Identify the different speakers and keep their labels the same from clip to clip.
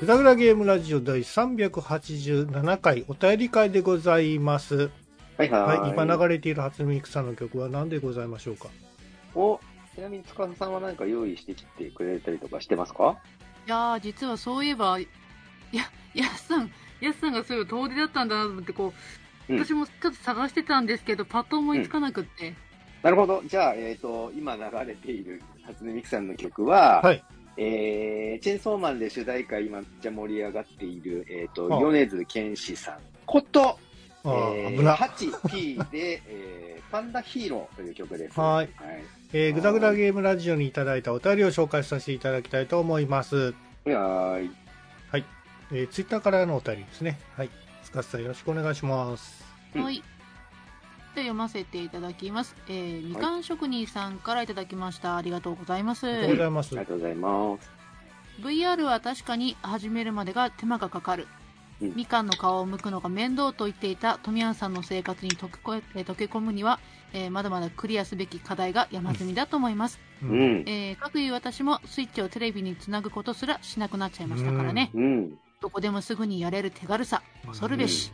Speaker 1: ぐだぐだゲームラジオ第387回お便り会でございます。
Speaker 2: はいはい。
Speaker 1: はい、今流れている初音ミクさんの曲は何でございましょうか
Speaker 2: お、ちなみに司さんは何か用意してきてくれたりとかしてますか
Speaker 3: いやー、実はそういえば、いや、やすさん、やすさんがそういう遠出だったんだなと思って、こう、
Speaker 2: うん
Speaker 3: 私もちょっと探してたんですけど、パッと思いつかなくって。
Speaker 2: なるほど。じゃあ、えっ、と、今流れている初音ミクさんの曲は、
Speaker 1: はい
Speaker 2: えー、チェンソーマンで主題歌今めっちゃ盛り上がっている、えっ、と、
Speaker 1: ああ
Speaker 2: 米津玄師さんこと、
Speaker 1: ああ、
Speaker 2: え
Speaker 1: 危な。
Speaker 2: ー、8P で、えー、パンダヒーローという曲です。
Speaker 1: はい
Speaker 2: はい。
Speaker 1: えー、ぐだぐだゲームラジオにいただいたお便りを紹介させていただきたいと思います。
Speaker 2: はいはーい。
Speaker 1: えー、ツイッターからのお便りですね。はい。スカスさんよろしくお願いします。
Speaker 2: うん
Speaker 3: はい。で読ませていただきます。えー、みかん職人さんからいただきました。ありがとうございま
Speaker 1: ありがとうご
Speaker 3: す。
Speaker 1: ざいます。
Speaker 2: ありがとうございます。
Speaker 3: VR は確かに始めるまでが手間がかかる。
Speaker 2: うん
Speaker 3: みかんの皮を剥くのが面倒と言っていた富山さんの生活に溶けこえ溶け込むには、えーまだまだクリアすべき課題が山積みだと思います。
Speaker 1: う
Speaker 2: う。ん。
Speaker 3: えー、各いう私もスイッチをテレビにつなぐことすらしなくなっちゃいましたからね、
Speaker 2: うん。
Speaker 3: どこでもすぐにやれる手軽さ恐るべし、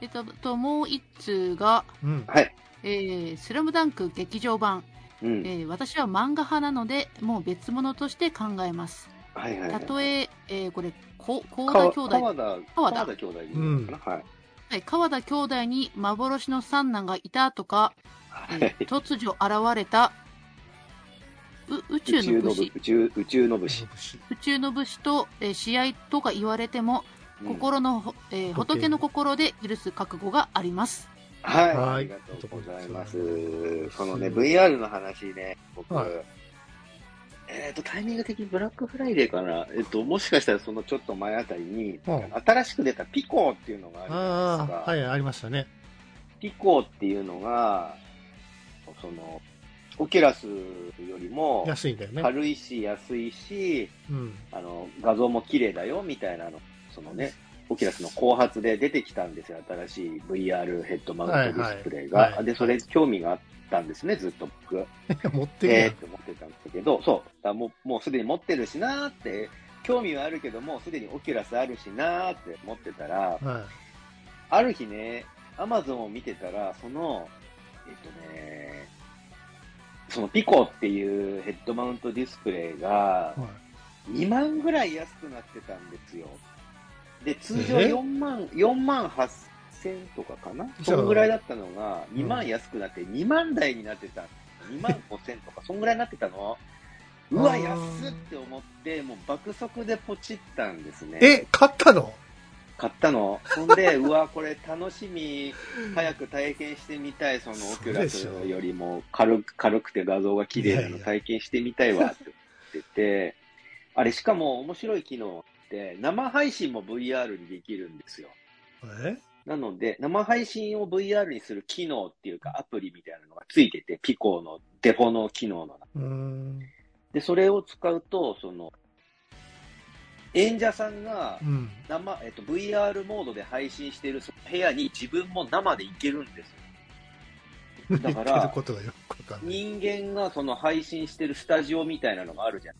Speaker 3: えっとともう一通が、
Speaker 1: うん。
Speaker 2: はい。
Speaker 3: えースラムダンク劇場版、
Speaker 2: うん。
Speaker 3: えー私は漫画派なのでもう別物として考えます
Speaker 2: はいはい、は
Speaker 3: た
Speaker 2: い。
Speaker 3: とええーこれこ高田
Speaker 2: 川
Speaker 3: 兄弟
Speaker 2: 川田、
Speaker 3: 川田
Speaker 2: 川田兄弟でいいのかな、はい。
Speaker 3: はい川田兄弟に幻の三男がいたとか、えー突如現れたう宇
Speaker 2: 宇
Speaker 3: 宙
Speaker 2: 宙
Speaker 3: の
Speaker 2: のぶ
Speaker 3: 武士
Speaker 2: 宇宙宇宙の武士。
Speaker 3: 宇宙の武士と、えー試合とか言われても心のほ、えー
Speaker 1: 仏
Speaker 3: 仏の心で許す覚悟があります。
Speaker 2: はい、
Speaker 1: はい
Speaker 2: ありがとうございます
Speaker 1: ありがとうございます。
Speaker 2: そのね、VR の話ね、僕、
Speaker 1: はい
Speaker 2: えっ、と、タイミング的にブラックフライデーかな、えっ、と、もしかしたらそのちょっと前あたりに、
Speaker 1: うん
Speaker 2: 新しく出たピコーっていうのがあるじゃないです
Speaker 1: あ
Speaker 2: か。
Speaker 1: あ、はい、ありましたね。
Speaker 2: ピコーっていうのが、その、オキュラスよりも、
Speaker 1: 安いんだよね。
Speaker 2: 軽いし、安いし、
Speaker 1: うん。
Speaker 2: あの、画像も綺麗だよ、みたいなの、そのね、オキュラスの後発で出てきたんですよ、新しい VR ヘッドマウントディスプレイが。
Speaker 1: はいはいはい
Speaker 2: で、それ興味があったんですね、ずっと僕は。
Speaker 1: 持ってる
Speaker 2: え
Speaker 1: や
Speaker 2: ーって思ってたんだけど、そう、だからもうもうすでに持ってるしなーって、興味はあるけど、もうすでにオキュラスあるしなーって思ってたら、
Speaker 1: ん。はい。
Speaker 2: ある日ね、アマゾンを見てたら、その、えっとね、そのピコっていうヘッドマウントディスプレイが、
Speaker 1: はい
Speaker 2: 2万ぐらい安くなってたんですよ。で、通常
Speaker 1: え
Speaker 2: 4万、4万8千とかかな
Speaker 1: じゃあ
Speaker 2: そんぐらいだったのが、
Speaker 1: ん
Speaker 2: 2万安くなって2万台になってた。2万5千とか、そんぐらいになってたの。う
Speaker 1: あ
Speaker 2: わ、
Speaker 1: ー
Speaker 2: 安っって思って、もう爆速でポチったんですね。
Speaker 1: え、買ったの
Speaker 2: 買ったの。そん で、うわ、これ楽しみ、早く体験してみたい、そのオキュラスよりも軽く軽くて画像が綺麗ない
Speaker 1: やい
Speaker 2: の
Speaker 1: や
Speaker 2: 体験してみたいわって言ってて、あれ、しかも面白い機能って、生配信も VR にできるんですよ。
Speaker 1: え
Speaker 2: なので、生配信を VR にする機能っていうか、アプリみたいなのがついてて、ピコーのデフォの機能の中
Speaker 1: うーん。
Speaker 2: で、それを使うと、その、演者さんが
Speaker 1: う、ん。
Speaker 2: 生、えっと、VR モードで配信しているその部屋に自分も生で行けるんですよ。だか
Speaker 1: 言ってる
Speaker 2: ら、
Speaker 1: ことがよくわかんない。
Speaker 2: 人間がその配信してるスタジオみたいなのがあるじゃん。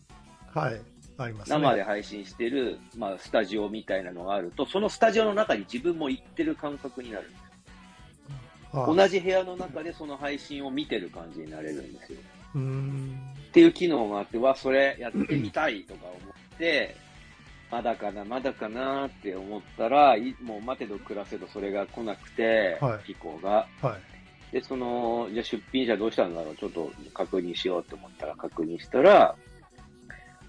Speaker 1: はい。ありますね。
Speaker 2: 生で配信してる、まあ、スタジオみたいなのがあると、そのスタジオの中に自分も行ってる感覚になる。
Speaker 1: はい。
Speaker 2: 同じ部屋の中でその配信を見てる感じになれるんですよ。
Speaker 1: うーん。
Speaker 2: っていう機能があって、わ、それやってみたいとか思って、まだかな、まだかなって思ったら、いもう待てど暮らせどそれが来なくて、
Speaker 1: はい
Speaker 2: ピコが。
Speaker 1: はい。
Speaker 2: で、その、じゃあ出品者どうしたんだろう、ちょっと確認しようと思ったら確認したら、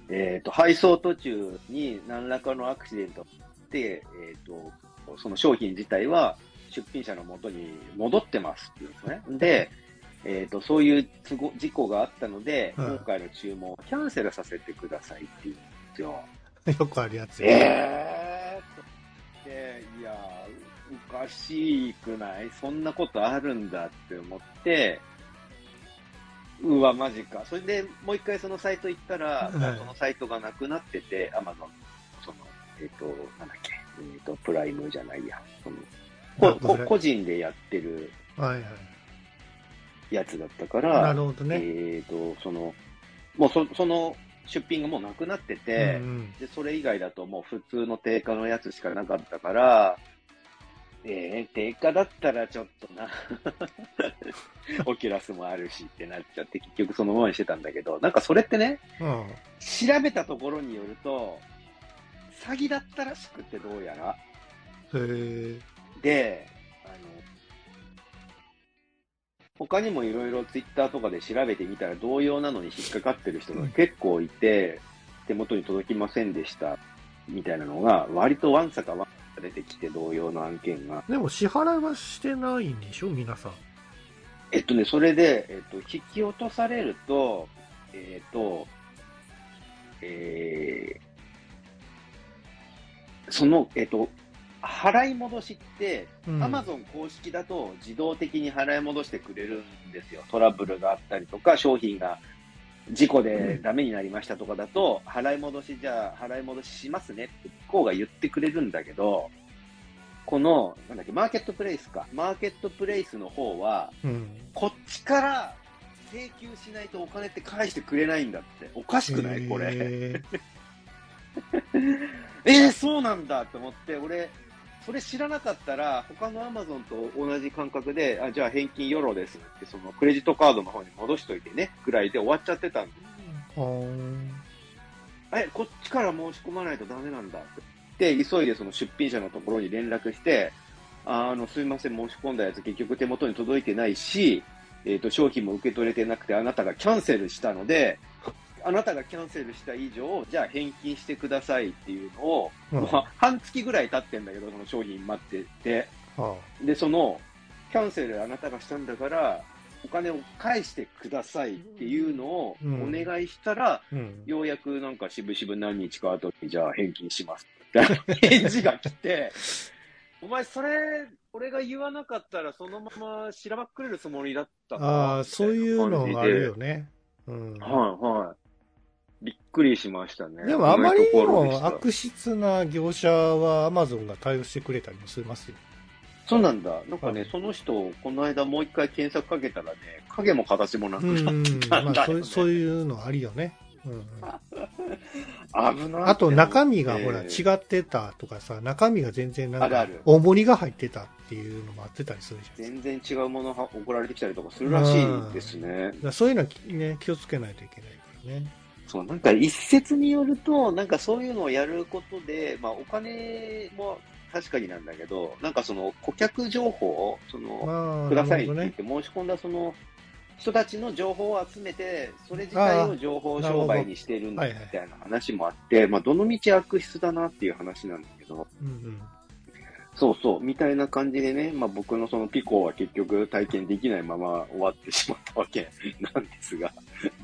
Speaker 2: えっ、と、配送途中に何らかのアクシデントがあって、えっ、と、その商品自体は出品者の元に戻ってますっていうんですね。で、えっ、と、そういう都合事故があったので、
Speaker 1: うん
Speaker 2: 今回の注文をキャンセルさせてくださいって言うんですよ。
Speaker 1: よくあるやつ。
Speaker 2: えーでいやおかしくないそんなことあるんだって思ってうわマジかそれでもう一回そのサイト行った
Speaker 1: は
Speaker 2: ら、
Speaker 1: い
Speaker 2: そのサイトがなくなっててアマゾンそのえっ、となんだっけえっ、とプライムじゃないやそのここ個人でやってる
Speaker 1: はいはい。
Speaker 2: やつだったから
Speaker 1: なるほどね。
Speaker 2: えー、と、その、もうそその出品がもうなくなって
Speaker 1: う
Speaker 2: て、
Speaker 1: ん
Speaker 2: で、それ以外だともう普通の定価のやつしかなかったから、えー、定価だったらちょっとな、 オキュラスもあるしってなっちゃって、結局そのままにしてたんだけど、なんかそれってね、
Speaker 1: うん。うん
Speaker 2: 調べたところによると、詐欺だったらしくってどうやら。
Speaker 1: へえ。
Speaker 2: で、あの、他にもいろいろツイッターとかで調べてみたら同様なのに引っかかってる人が結構いて、手元に届きませんでした、みたいなのが、割とワンサかワンサか出てきて同様の案件が。
Speaker 1: でも支払いはしてないんでしょ皆さん。
Speaker 2: えっとね、それで、えっと、引き落とされると、えっと、えーその、えっと、払い戻しって、
Speaker 1: うん
Speaker 2: アマゾン公式だと自動的に払い戻してくれるんですよ。トラブルがあったりとか、商品が事故でダメになりましたとかだと、払い戻しじゃあ、払い戻ししますねって、こうが言ってくれるんだけど、この、なんだっけ、マーケットプレイスか。マーケットプレイスの方は、
Speaker 1: うん。
Speaker 2: こっちから請求しないとお金って返してくれないんだって。おかしくないこれ。
Speaker 1: れ。
Speaker 2: えー、そうなんだと思って、俺、それ知らなかったら、他のアマゾンと同じ感覚で、あじゃあ返金よろですって、そのクレジットカードの方に戻しといてね、くらいで終わっちゃってたんで、
Speaker 1: ほーん。
Speaker 2: え、こっちから申し込まないとダメなんだって、で急いでその出品者のところに連絡して、ああの、すいません、申し込んだやつ結局手元に届いてないし、えっ、と、商品も受け取れてなくて、あなたがキャンセルしたので、あなたがキャンセルした以上、じゃあ返金してくださいっていうのを、
Speaker 1: うん
Speaker 2: まあ半月ぐらい経ってんだけど、その商品待ってて。
Speaker 1: は
Speaker 2: で、その、キャンセルあなたがしたんだから、お金を返してくださいっていうのを
Speaker 1: うん
Speaker 2: お願いしたら、
Speaker 1: あうん。
Speaker 2: ようやくなんかしぶしぶ何日か後に、じゃあ返金しますって返事が来て、 お前それ、俺が言わなかったらそのまましらばっくれるつもりだった
Speaker 1: ああ、そういうのがあるよ
Speaker 2: ね。
Speaker 1: ね。うん。
Speaker 2: はいはい。びっくりしましたね。
Speaker 1: でもあまりに
Speaker 2: こんなところでし
Speaker 1: も
Speaker 2: た
Speaker 1: 悪質な業者はアマゾンが対応してくれたりもしますよ。
Speaker 2: そうなんだ。なんかね、
Speaker 1: はい
Speaker 2: その人、この間もう一回検索かけたらね、影も形もなく
Speaker 1: う
Speaker 2: なっ
Speaker 1: ん。
Speaker 2: たん
Speaker 1: まあ
Speaker 2: だ
Speaker 1: そ
Speaker 2: よ、
Speaker 1: う
Speaker 2: ね。
Speaker 1: そういうのありよね。うん。
Speaker 2: 危ない。
Speaker 1: あと中身がほら
Speaker 2: えー
Speaker 1: 違ってたとかさ、中身が全然な
Speaker 2: あ
Speaker 1: ん
Speaker 2: る
Speaker 1: か
Speaker 2: ある
Speaker 1: 重りが入ってたっていうのもあってたりするじゃないですか。
Speaker 2: 全然違うものが送られてきたりとかするらしいですね。
Speaker 1: だからそういうのはきね、気をつけないといけないからね。
Speaker 2: そう、なんか一説によると、なんかそういうのをやることで、まあお金も確かになんだけど、なんかその顧客情報を、その、
Speaker 1: まあ、
Speaker 2: ください
Speaker 1: なるほ
Speaker 2: って
Speaker 1: ど
Speaker 2: 言っ
Speaker 1: ね。
Speaker 2: て申し込んだその人たちの情報を集めて、それ自体を情報商売にしてるんだ
Speaker 1: な
Speaker 2: み
Speaker 1: るほど
Speaker 2: たいな話もあって、まあどの道悪質だなっていう話なんだけど、
Speaker 1: うんうん。
Speaker 2: そうそう、みたいな感じでね、まあ僕のそのピコは結局体験できないまま終わってしまったわけなんですが、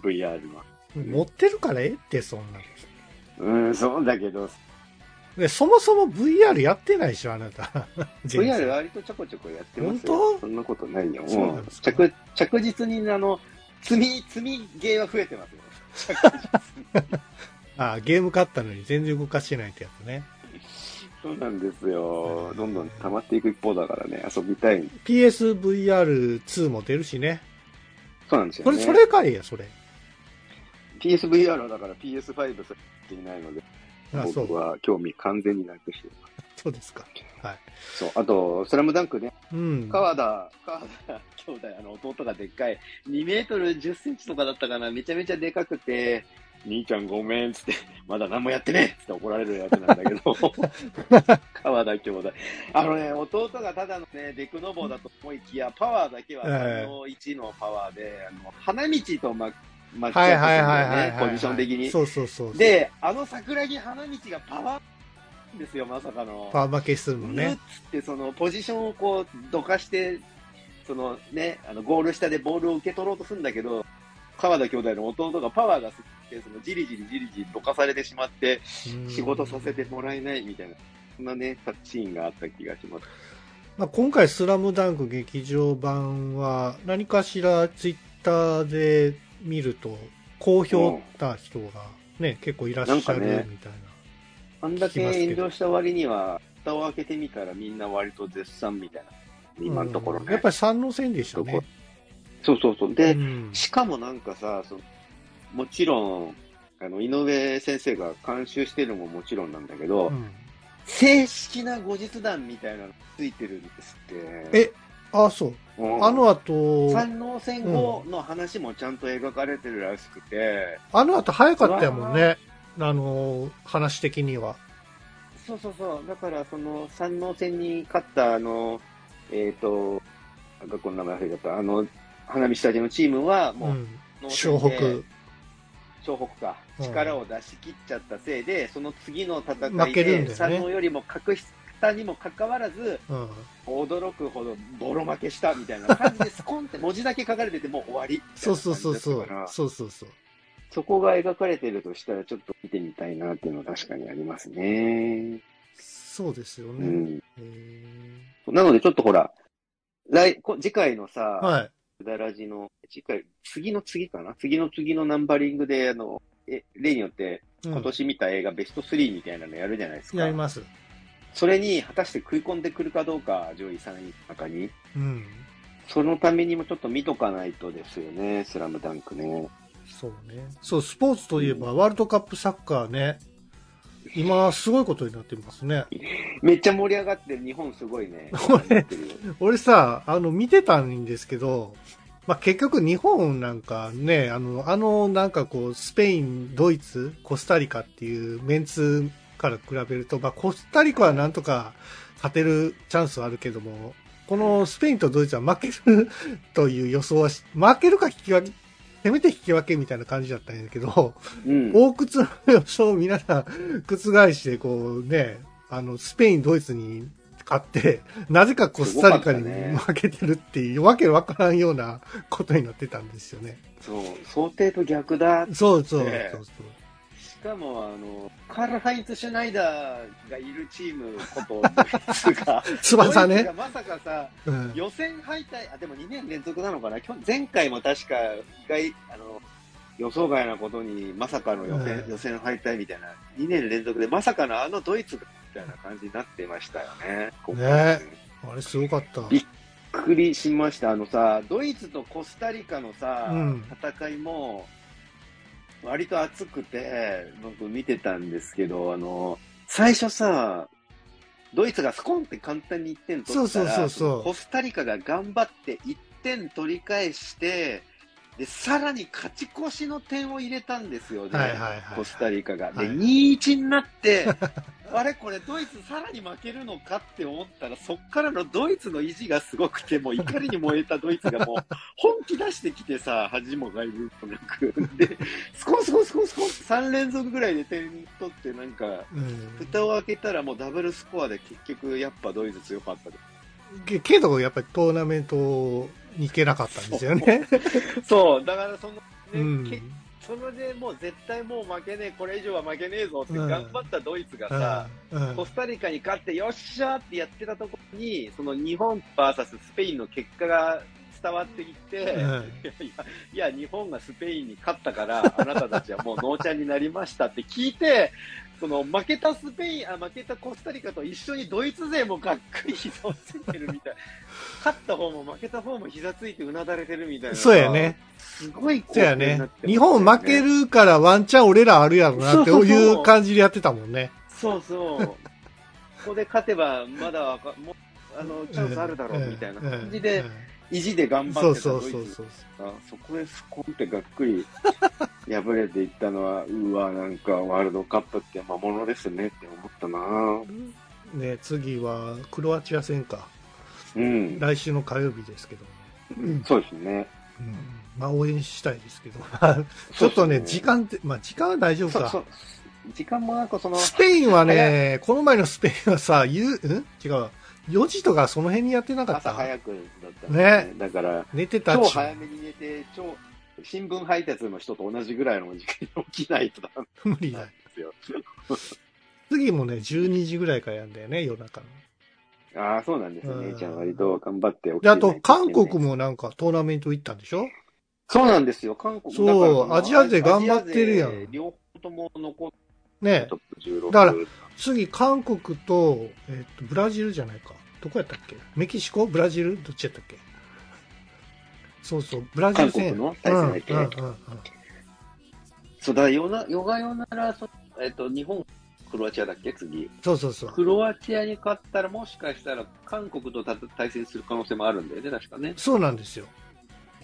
Speaker 2: VR は。
Speaker 1: 持ってるからええって、そんなの
Speaker 2: うん、そうだけど、
Speaker 1: でそもそも VR やってないでしょ、あな た。全然
Speaker 2: VR 割とちょこちょこやってますよ。
Speaker 1: 本当
Speaker 2: そんなことないよ。
Speaker 1: そう
Speaker 2: も
Speaker 1: な
Speaker 2: うん
Speaker 1: ですか
Speaker 2: 着着実に、あの、積み、積みゲーは増えてますよ。
Speaker 1: ああ、ゲーム買ったのに全然動かしてないってやつね。
Speaker 2: そうなんですよ。どんどん溜まっていく一方だからね、遊びたい。
Speaker 1: PSVR2 も出るしね。
Speaker 2: そうなんですよ、
Speaker 1: こ
Speaker 2: ね。
Speaker 1: れ、それかいや、それ。
Speaker 2: PSVR はだから PS5 さっていないので、
Speaker 1: あそ
Speaker 2: 僕
Speaker 1: う。
Speaker 2: は興味完全になくしてま
Speaker 1: そうですか。はい。
Speaker 2: す。そう。あと、スラムダンクね、
Speaker 1: うん。
Speaker 2: 川田、川田兄弟、あの、弟がでっかい、2メートル10センチとかだったかな、めちゃめちゃでかくて、兄ちゃんごめんっつって、まだ何もやってねえっつって怒られるやつなんだけ ど、川田兄弟。あのね、弟がただのね、デクノボーだと思いきや、パワーだけは
Speaker 1: ええ
Speaker 2: 3の1のパワーで、あの花道とま、マッチ
Speaker 1: はい
Speaker 2: ア
Speaker 1: はいはいはい
Speaker 2: ップす
Speaker 1: は
Speaker 2: るんだよね
Speaker 1: い、
Speaker 2: ポジション的に。
Speaker 1: そうそうそう。、
Speaker 2: で、あの桜木花道がパワーですよ、まさかの。
Speaker 1: パー負けするの
Speaker 2: ね、っつ
Speaker 1: ね。
Speaker 2: ってそのポジションをこうどかしてその、ね、あのゴール下でボールを受け取ろうとするんだけど川田兄弟の弟がパワーがすぎてそのじりじりじりじりどかされてしまって
Speaker 1: うん
Speaker 2: 仕事させてもらえないみたいな。そんなね、シーンがあった気がします。
Speaker 1: まあ、今回、スラムダンク劇場版は、何かしらツイッターで見ると、好評な人がね、結構いらっしゃる
Speaker 2: なんかね
Speaker 1: みたいな。
Speaker 2: あんだけ
Speaker 1: 聞きますけど
Speaker 2: 炎上した割には、蓋を開けてみたらみんな割と絶賛みたいな。今のところね。
Speaker 1: うんやっぱり三の線でしたね。
Speaker 2: そうそうそう。で、
Speaker 1: うん
Speaker 2: しかもなんかさ、そのもちろん、あの、井上先生が監修してるのももちろんなんだけど、
Speaker 1: うん、
Speaker 2: 正式な後日談みたいなのついてるんですって。
Speaker 1: えああ、そう。
Speaker 2: うん
Speaker 1: あの後、
Speaker 2: 山王戦後の話もちゃんと描かれてるらしくて、
Speaker 1: あの後早かったやもんね。あの、話的には。
Speaker 2: そうそうそう、だからその山王戦に勝ったあの、えっ、と、学校の名前忘れちゃった、あの、花見下地のチームは、
Speaker 1: う
Speaker 2: もう、
Speaker 1: ん。
Speaker 2: 能戦
Speaker 1: 湘
Speaker 2: で
Speaker 1: 北。
Speaker 2: 湘北か、
Speaker 1: うん
Speaker 2: 力を出し切っちゃったせいで、その次の戦
Speaker 1: 負
Speaker 2: い
Speaker 1: けるんだよ
Speaker 2: で、
Speaker 1: ね
Speaker 2: 山王よりも格下にもかかわらず、
Speaker 1: うん。
Speaker 2: 驚くほどボロ負けしたみたいな感じで、スコンって文字だけ書かれてて、もう終わりみたいな感じ
Speaker 1: そうそうそうそ
Speaker 2: だったから
Speaker 1: う。そうそうそう。
Speaker 2: そこが描かれてるとしたら、ちょっと見てみたいなっていうのは確かにありますね。
Speaker 1: そうですよ
Speaker 2: う
Speaker 1: ね。
Speaker 2: ん。
Speaker 1: へえ
Speaker 2: なので、ちょっとほら、来、こ次回のさ、
Speaker 1: はい。
Speaker 2: くだらじの、次回、次の次かな次の次のナンバリングで、あの、え、例によって、
Speaker 1: うん
Speaker 2: 今年見た映画ベスト3みたいなのやるじゃないですか。
Speaker 1: やります。
Speaker 2: それに、果たして食い込んでくるかどうか、上位3位の中に。
Speaker 1: うん。
Speaker 2: そのためにもちょっと見とかないとですよね、スラムダンクね。
Speaker 1: そうね。そう、スポーツといえば、ワールドカップサッカーね。今、すごいことになってますね。
Speaker 2: めっちゃ盛り上がってる、日本すごいね。
Speaker 1: 俺俺さ、あの、見てたんですけど、まあ、結局日本なんかね、あの、あの、なんかこう、スペイン、ドイツ、コスタリカっていうメンツから比べると、まあ、コスタリカはなんとか勝てるチャンスはあるけども、このスペインとドイツは負けるという予想はし、負けるか引き分け、せめて引き分けみたいな感じだったんやけど、
Speaker 2: うん。
Speaker 1: 大靴の予想を皆さん覆して、こうね、あの、スペイン、ドイツに勝 って、なぜかコスタリカに
Speaker 2: すご
Speaker 1: 負
Speaker 2: かったね
Speaker 1: けてるっていう、わけわからんようなことになってたんですよね。
Speaker 2: そう、想定と逆だ。
Speaker 1: そうそうそうそう。
Speaker 2: ねしかも、あの、カール・ハインツ・シュナイダーがいるチームこと、つうか、
Speaker 1: 翼
Speaker 2: ドイツが
Speaker 1: ね。
Speaker 2: まさかさ、
Speaker 1: うん。
Speaker 2: 予選敗退、あ、でも2年連続なのかな、きょ前回も確か、一回、あの、予想外なことに、まさかの予選、
Speaker 1: うん
Speaker 2: 予選敗退みたいな、2年連続で、まさかのあのドイツが、みたいな感じになってましたよね。ここ
Speaker 1: ねあれすごかった。
Speaker 2: びっびっくりしました。あのさ、ドイツとコスタリカのさ、
Speaker 1: うん
Speaker 2: 戦いも、割と熱くて、僕見てたんですけど、あの、最初さ、ドイツがスコンって簡単に1点取ったら、
Speaker 1: そうそうそうそう
Speaker 2: コスタリカが頑張って1点取り返して、で、さらに勝ち越しの点を入れたんですよね。
Speaker 1: はいはいはいはい。
Speaker 2: コスタリカが。で、
Speaker 1: はい
Speaker 2: 2-1になって、あれこれドイツさらに負けるのかって思ったら、そっからのドイツの意地がすごくて、もう怒りに燃えたドイツがもう本気出してきてさ、恥も外部もなく。で、スコンスコンスコンスコンって3連続ぐらいで点取って、なんか、
Speaker 1: うん
Speaker 2: 蓋を開けたらもうダブルスコアで結局やっぱドイツ強かったで
Speaker 1: けけど、やっぱりトーナメントに行けなかったんですよね。
Speaker 2: す。そう、だからその、ね
Speaker 1: うん。
Speaker 2: けそれでもう絶対もう負けねえ、これ以上は負けねえぞって
Speaker 1: うん
Speaker 2: 頑張ったドイツが
Speaker 1: うん
Speaker 2: さ、
Speaker 1: うん
Speaker 2: コスタリカに勝ってよっしゃーってやってたところに、その日本 VS スペインの結果が伝わってきて、
Speaker 1: うん
Speaker 2: いやいや、いや日本がスペインに勝ったから、あなたたちはもうノーチャンになりましたって聞いて、その負けたスペイン、あ、負けたコスタリカと一緒にドイツ勢もがっくり膝をついてるみたい。勝った方も負けた方も膝ついてうなだれてるみたいな。
Speaker 1: そうやね。。
Speaker 2: すごい
Speaker 1: そうや
Speaker 2: 光景に
Speaker 1: ね
Speaker 2: なって。ます
Speaker 1: 日
Speaker 2: よ
Speaker 1: 本負けるからワンチャン俺らあるやろなって
Speaker 2: そうそうそう
Speaker 1: いう感じでやってたもんね。
Speaker 2: そうそう。ここで勝てば、まだわか、もう、あの、チャンスあるだろ
Speaker 1: ん
Speaker 2: う、
Speaker 1: ん
Speaker 2: みたいな感じで、意地で
Speaker 1: う
Speaker 2: 頑
Speaker 1: ん
Speaker 2: 張
Speaker 1: そ
Speaker 2: っ
Speaker 1: う
Speaker 2: てた
Speaker 1: そ
Speaker 2: ド
Speaker 1: う
Speaker 2: イツ
Speaker 1: そうそう。
Speaker 2: が、そこでスコンってがっくり敗れていったのは、うわ、なんかワールドカップって魔物ですねって思ったな
Speaker 1: ね、次はクロアチア戦か。
Speaker 2: うん。
Speaker 1: 来週の火曜日ですけど。うん
Speaker 2: そうですね。
Speaker 1: まあ応援したいですけど。 ちょっとね、
Speaker 2: そうです
Speaker 1: 時間って、まあ時間は大丈夫
Speaker 2: そうそ
Speaker 1: か
Speaker 2: う。。時間もなんかその、
Speaker 1: スペインはね、この前のスペインはさ、ゆうん違うわ。4時とかその辺にやってなかっ
Speaker 2: 朝
Speaker 1: た。
Speaker 2: 早くだったんです
Speaker 1: ね。
Speaker 2: だから、
Speaker 1: 寝てた
Speaker 2: 超
Speaker 1: ち
Speaker 2: 早めに寝て、超、新聞配達の人と同じぐらいの時間に起きないとダメ
Speaker 1: 無理だ
Speaker 2: なん。ですよ。
Speaker 1: 次もね、12時ぐらいからやんだよね、夜中の。
Speaker 2: ああ、そうなんですよ
Speaker 1: う
Speaker 2: ね。
Speaker 1: ん
Speaker 2: じゃあ割と頑張っておき
Speaker 1: で、あと、韓国
Speaker 2: も。
Speaker 1: もなんかトーナメント行ったんでしょ
Speaker 2: そうなんですよ。韓国
Speaker 1: そう
Speaker 2: だからまあ
Speaker 1: アジア勢頑張ってるやん
Speaker 2: アジア勢両方とも残っ
Speaker 1: ね
Speaker 2: てトップ16。
Speaker 1: だから次、韓国と、えっと、ブラジルじゃないか。どこやったっけメキシコブラジルどっちやったっけそうそう、ブラジル
Speaker 2: 韓
Speaker 1: 戦。
Speaker 2: 国の対戦相手。
Speaker 1: うんうんうんうん
Speaker 2: そうだ、よな、ヨガヨなら、そえっと、日本、クロアチアだっけ次。
Speaker 1: そうそうそう。
Speaker 2: クロアチアに勝ったら、もしかしたら、韓国とた対戦する可能性もあるんだよね、確かね。
Speaker 1: そうなんですよ。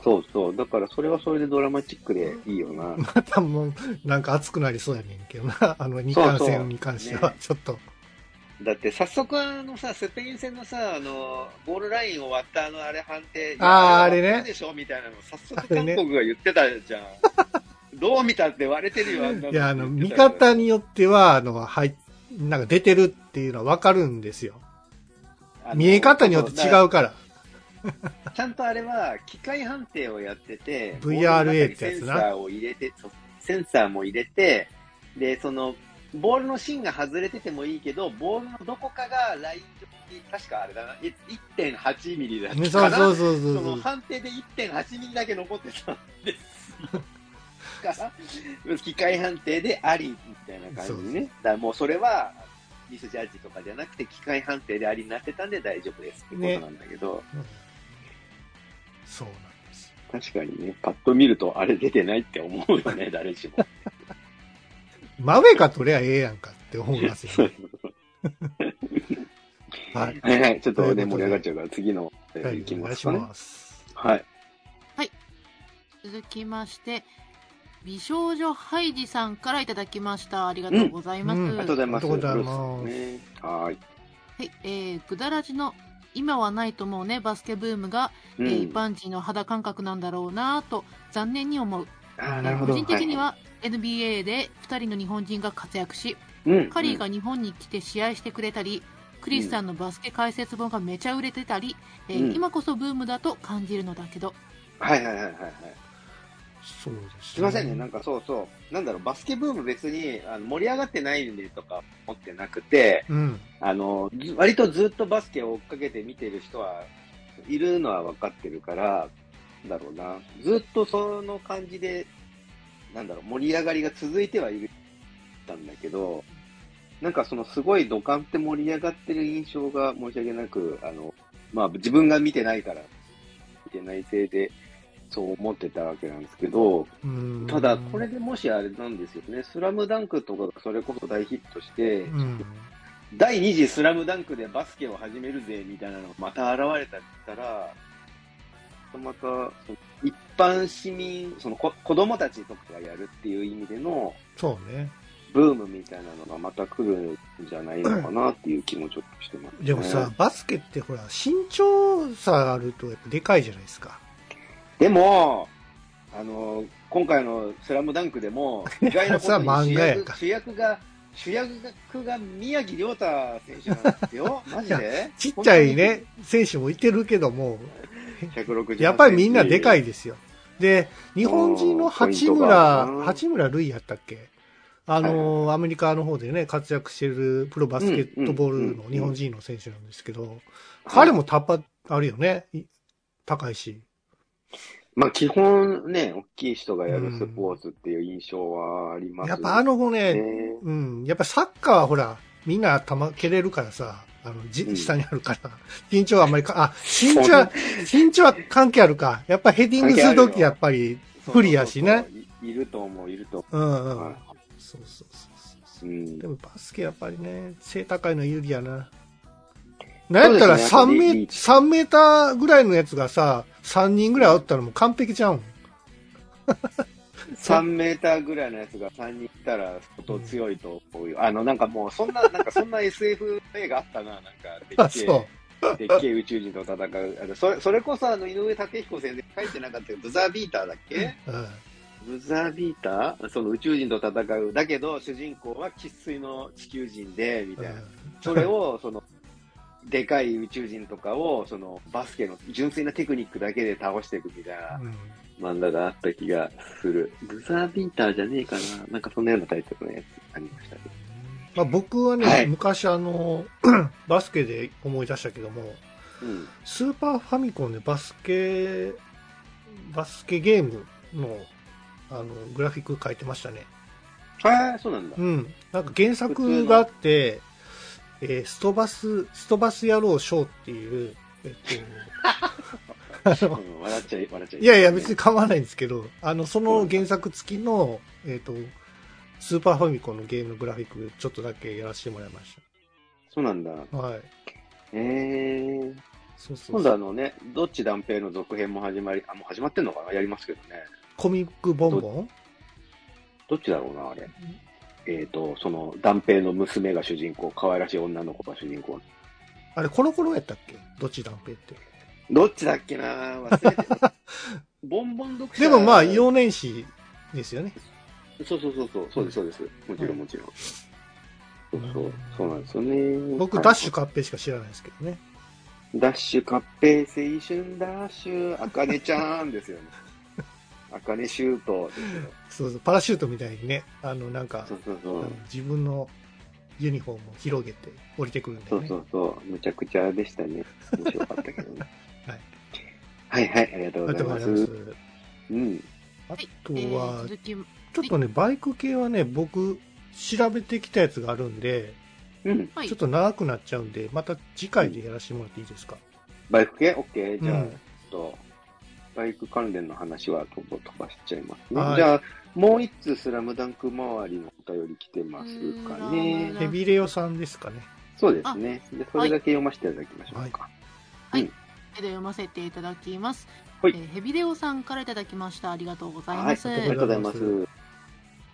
Speaker 2: そうそう。だから、それはそれでドラマチックでいいよな。
Speaker 1: またもう、なんか熱くなりそうやねんけどな。 あの、日韓戦に関しては、ちょっと。
Speaker 2: だって、早速、あのさ、スペイン戦のさ、あの、ゴールラインを割ったあの、あれ判定。
Speaker 1: あーあれね
Speaker 2: 割ったでしょみたいなの、早速、韓国が言ってたじゃん。どう見たって割れてるよ、あんなの
Speaker 1: いや、あの、
Speaker 2: 言っ
Speaker 1: 見
Speaker 2: てたよ
Speaker 1: 方によっては、あの、はい、なんか出てるっていうのはわかるんですよ。
Speaker 2: あの
Speaker 1: 見え方によって違うから。
Speaker 2: ちゃんとあれは機械判定をやってて、
Speaker 1: VRA ってやつな
Speaker 2: ボールの中にセンサーを入れて、そうセンサーも入れて、で、その、ボールの芯が外れててもいいけど、ボールのどこかがライン上に、確かあれだな、い1.8ミリだっ
Speaker 1: ね
Speaker 2: た
Speaker 1: そ
Speaker 2: か
Speaker 1: う
Speaker 2: な。
Speaker 1: そうそうそ
Speaker 2: そう
Speaker 1: そ
Speaker 2: の
Speaker 1: う。
Speaker 2: 判定で1.8ミリだけ残ってたんですよ。だから、機械判定でありみたいな感じね。だからもうそれは、ミスジャッジとかじゃなくて、機械判定でありになってたんで大丈夫ですってことなんだけど。
Speaker 1: うんそうなんです。
Speaker 2: 確かにね、パッと見るとあれ出てないって思うよね、誰しも。
Speaker 1: 真上か取りゃええやんかって思いますよね。はい。
Speaker 2: はいはい、ちょっと
Speaker 1: とい
Speaker 2: ね、
Speaker 1: うこと
Speaker 2: 盛り
Speaker 1: で
Speaker 2: 上がっちゃうから次の、え
Speaker 1: は
Speaker 2: ー、
Speaker 1: い
Speaker 2: 行き
Speaker 1: お願
Speaker 2: ま
Speaker 1: い
Speaker 2: す
Speaker 1: し
Speaker 2: かね。
Speaker 1: ます。
Speaker 2: はい。
Speaker 3: 続きまして、美少女ハイジさんからいただきました。ありがとうございます。
Speaker 1: うんう
Speaker 2: あ
Speaker 1: ん
Speaker 2: りがとうございます。
Speaker 1: ありがとうございます
Speaker 2: ブルースねはーい。
Speaker 3: はい、えー、ぐだらじの今はないと思うね、バスケブームが、
Speaker 2: う
Speaker 3: え
Speaker 2: ん
Speaker 3: ー一般人の肌感覚なんだろうなぁと残念に思う。
Speaker 2: あーなるほ
Speaker 3: 個
Speaker 2: ど。
Speaker 3: 人的には NBA で2人の日本人が活躍し、
Speaker 2: い、うん
Speaker 3: カリーが日本に来て試合してくれたり、クリスさんのバスケ解説本がめちゃ売れてたり、えー
Speaker 2: うん
Speaker 3: 今こそブームだと感じるのだけど、
Speaker 2: うんはいはいはいはいはい。
Speaker 1: そうです。
Speaker 2: すいませんね、なんかそうそう。なんだろう、バスケブーム別にあの盛り上がってないんでとか思ってなくて、
Speaker 1: うん。
Speaker 2: あの、ず割とずっとバスケを追っかけて見てる人はいるのは分かってるから、なんだろうな。ずっとその感じで、なんだろう、盛り上がりが続いてはいるたんだけど、なんかそのすごいドカンって盛り上がってる印象が申し訳なく、あの、まあ自分が見てないから、見てないせいで、そう思ってたわけなんですけど、
Speaker 1: うん
Speaker 2: ただこれ、でもしあれなんですよね、スラムダンクとかがそれこそ大ヒットして、
Speaker 1: うん。
Speaker 2: 第2次スラムダンクでバスケを始めるぜみたいなのがまた現れたりしたら、またその一般市民、そのこ子供たちとかがやるっていう意味での
Speaker 1: そうね。
Speaker 2: ブームみたいなのがまた来るんじゃないのかなっていう気もちょっとしてます、ね。
Speaker 1: でもさ、、バスケってほら、身長差あるとやっぱでかいじゃないですか。
Speaker 2: でも、あの、今回のスラムダンクでも、 意外なこ
Speaker 1: それ
Speaker 2: と
Speaker 1: は漫
Speaker 2: に主
Speaker 1: 画やか
Speaker 2: 役主役が、主役が宮城亮太選手なんで すよ。マジで
Speaker 1: ちっちゃいね、選手もいてるけども、
Speaker 2: 168
Speaker 1: やっぱりみんなでか
Speaker 2: い
Speaker 1: いですよ。で、日本人の八
Speaker 2: ポイントガ
Speaker 1: 村
Speaker 2: ード、な
Speaker 1: 八村塁やったっけあの、アメリカの方でね、活躍してるプロバスケットボールの日本人の選手なんですけど、彼もタッパ、あるよね。い高いし。
Speaker 2: まあ、基本ね、大きい人がやるスポーツっていう印象はあります、ね
Speaker 1: やっぱあの子ね、
Speaker 2: ね
Speaker 1: うん、やっぱサッカーはほら、みんな球蹴れるからさ、あの、じ
Speaker 2: うん
Speaker 1: 下にあるから、身長はあんまりか、あ、身長は、身長は関係あるか。やっぱヘディングするときやっぱり、不利やしね
Speaker 2: そうそうそうい。いると思う、いると
Speaker 1: うんう
Speaker 2: 思う。
Speaker 1: ん。そうそうそうそうう。
Speaker 2: ん
Speaker 1: でもバスケやっぱりね、背高いの有利やな。なんやったら3
Speaker 2: そうですね
Speaker 1: メ,、
Speaker 2: やっぱり
Speaker 1: 3メーターぐらいのやつがさ、3人ぐらいおったらもう完璧じゃん。
Speaker 2: 3メーターぐらいのやつが3人いたら、相当強いと思うよ。あの、なんかもう、そんな、 なんかそんな SF 映画あったな、なんか、で
Speaker 1: あ、
Speaker 2: っけ
Speaker 1: そ
Speaker 2: え、でっけえ宇宙人と戦う。あのそれそれこそ、あの、井上武彦先生書いてなかったけど、ブザービーターだっけ
Speaker 1: う。うん。
Speaker 2: ブザービーターその宇宙人と戦う。だけど、主人公は生粋の地球人で、みたいな。それを、その、でかい宇宙人とかを、その、バスケの純粋なテクニックだけで倒していくみたいな
Speaker 1: うん
Speaker 2: 漫画があった気がする。ブザービーターじゃねえかななんかそんなようなタイトルのやつありましたね。
Speaker 1: まあ、僕はね、
Speaker 2: はい
Speaker 1: 昔あの、 バスケで思い出したけども、
Speaker 2: うん。
Speaker 1: スーパーファミコンでバスケ、バスケゲームの、あの、グラフィック書いてましたね。
Speaker 2: ああ、そうなんだ
Speaker 1: う。ん。なんか原作があって、えーストバス、ストバス野郎ショーっていう、えっと、
Speaker 2: うん笑っちゃい、笑っちゃい。
Speaker 1: いやいや、別に構わないんですけど、あの、その原作付きの、えっ、と、スーパーファミコンのゲームのグラフィック、ちょっとだけやらせてもらいまし
Speaker 2: そうなんだ。
Speaker 1: た。はい。
Speaker 2: えー。
Speaker 1: そうそう
Speaker 2: 今度あのね、どっち断平の続編も始まり、あ、もう始まってんのかなやりますけどね。
Speaker 1: コミックボンボン
Speaker 2: どっちだろうな、あれ。えっ、と、その断平の娘が主人公、可愛らしい女の子が主人公。
Speaker 1: あれ、コロコロやったっけどっちだんぺって。
Speaker 2: どっちだっけな忘れて た。ボンボン読者。
Speaker 1: でもまあ、
Speaker 2: よ
Speaker 1: 幼年誌ですよね。
Speaker 2: そうそうそうそう、そうです、そうです。もちろん、もちろん。そうそう、そうなんですよね。
Speaker 1: 僕、
Speaker 2: はい
Speaker 1: ダッシュ合併しか知らないですけどね。
Speaker 2: ダッシュ、カッペ青春ダッシュ、あかねちゃん ですよね。あかねシュートですよ。
Speaker 1: そうそう、パラシュートみたいにね、あの、なんか
Speaker 2: そ、うそうそう。
Speaker 1: 自分のユニフォームを広げて降りてくるんだ
Speaker 2: そ
Speaker 1: よ
Speaker 2: う
Speaker 1: ね。
Speaker 2: そうそう、むちゃくちゃでしたね。面白かったけどね。
Speaker 1: はい
Speaker 2: はいはい、ありがとう
Speaker 1: あ
Speaker 2: ご
Speaker 1: り
Speaker 2: ざ
Speaker 1: が
Speaker 2: い
Speaker 1: とうござ
Speaker 2: ます。
Speaker 1: います。
Speaker 2: うん。
Speaker 1: あと
Speaker 3: えー
Speaker 1: は、
Speaker 3: 続き、
Speaker 1: ちょっとね、バイク系はね、僕、調べてきたやつがあるんで、
Speaker 2: うん。
Speaker 3: はい
Speaker 1: ちょっと長くなっちゃうんで、また次回でやらせてもらっていいですか。
Speaker 2: バイク系 ?OK。じゃあ、
Speaker 1: うん
Speaker 2: ちょっと、バイク関連の話はと飛ばしちゃいますね。
Speaker 1: はい
Speaker 2: じゃあ、もう一通スラムダンク周りのお便り来てますか
Speaker 3: う
Speaker 2: ね
Speaker 3: ん。
Speaker 1: ヘビレオさんですかね。
Speaker 2: そうですね。じゃあそれだけ読ませていただきましょうか。
Speaker 3: で読ませていただきます、
Speaker 2: はい
Speaker 3: えーヘビレオさんからいただきましたありがとうござい
Speaker 2: は
Speaker 3: ま
Speaker 2: い、
Speaker 3: す、
Speaker 2: ありがとうございます。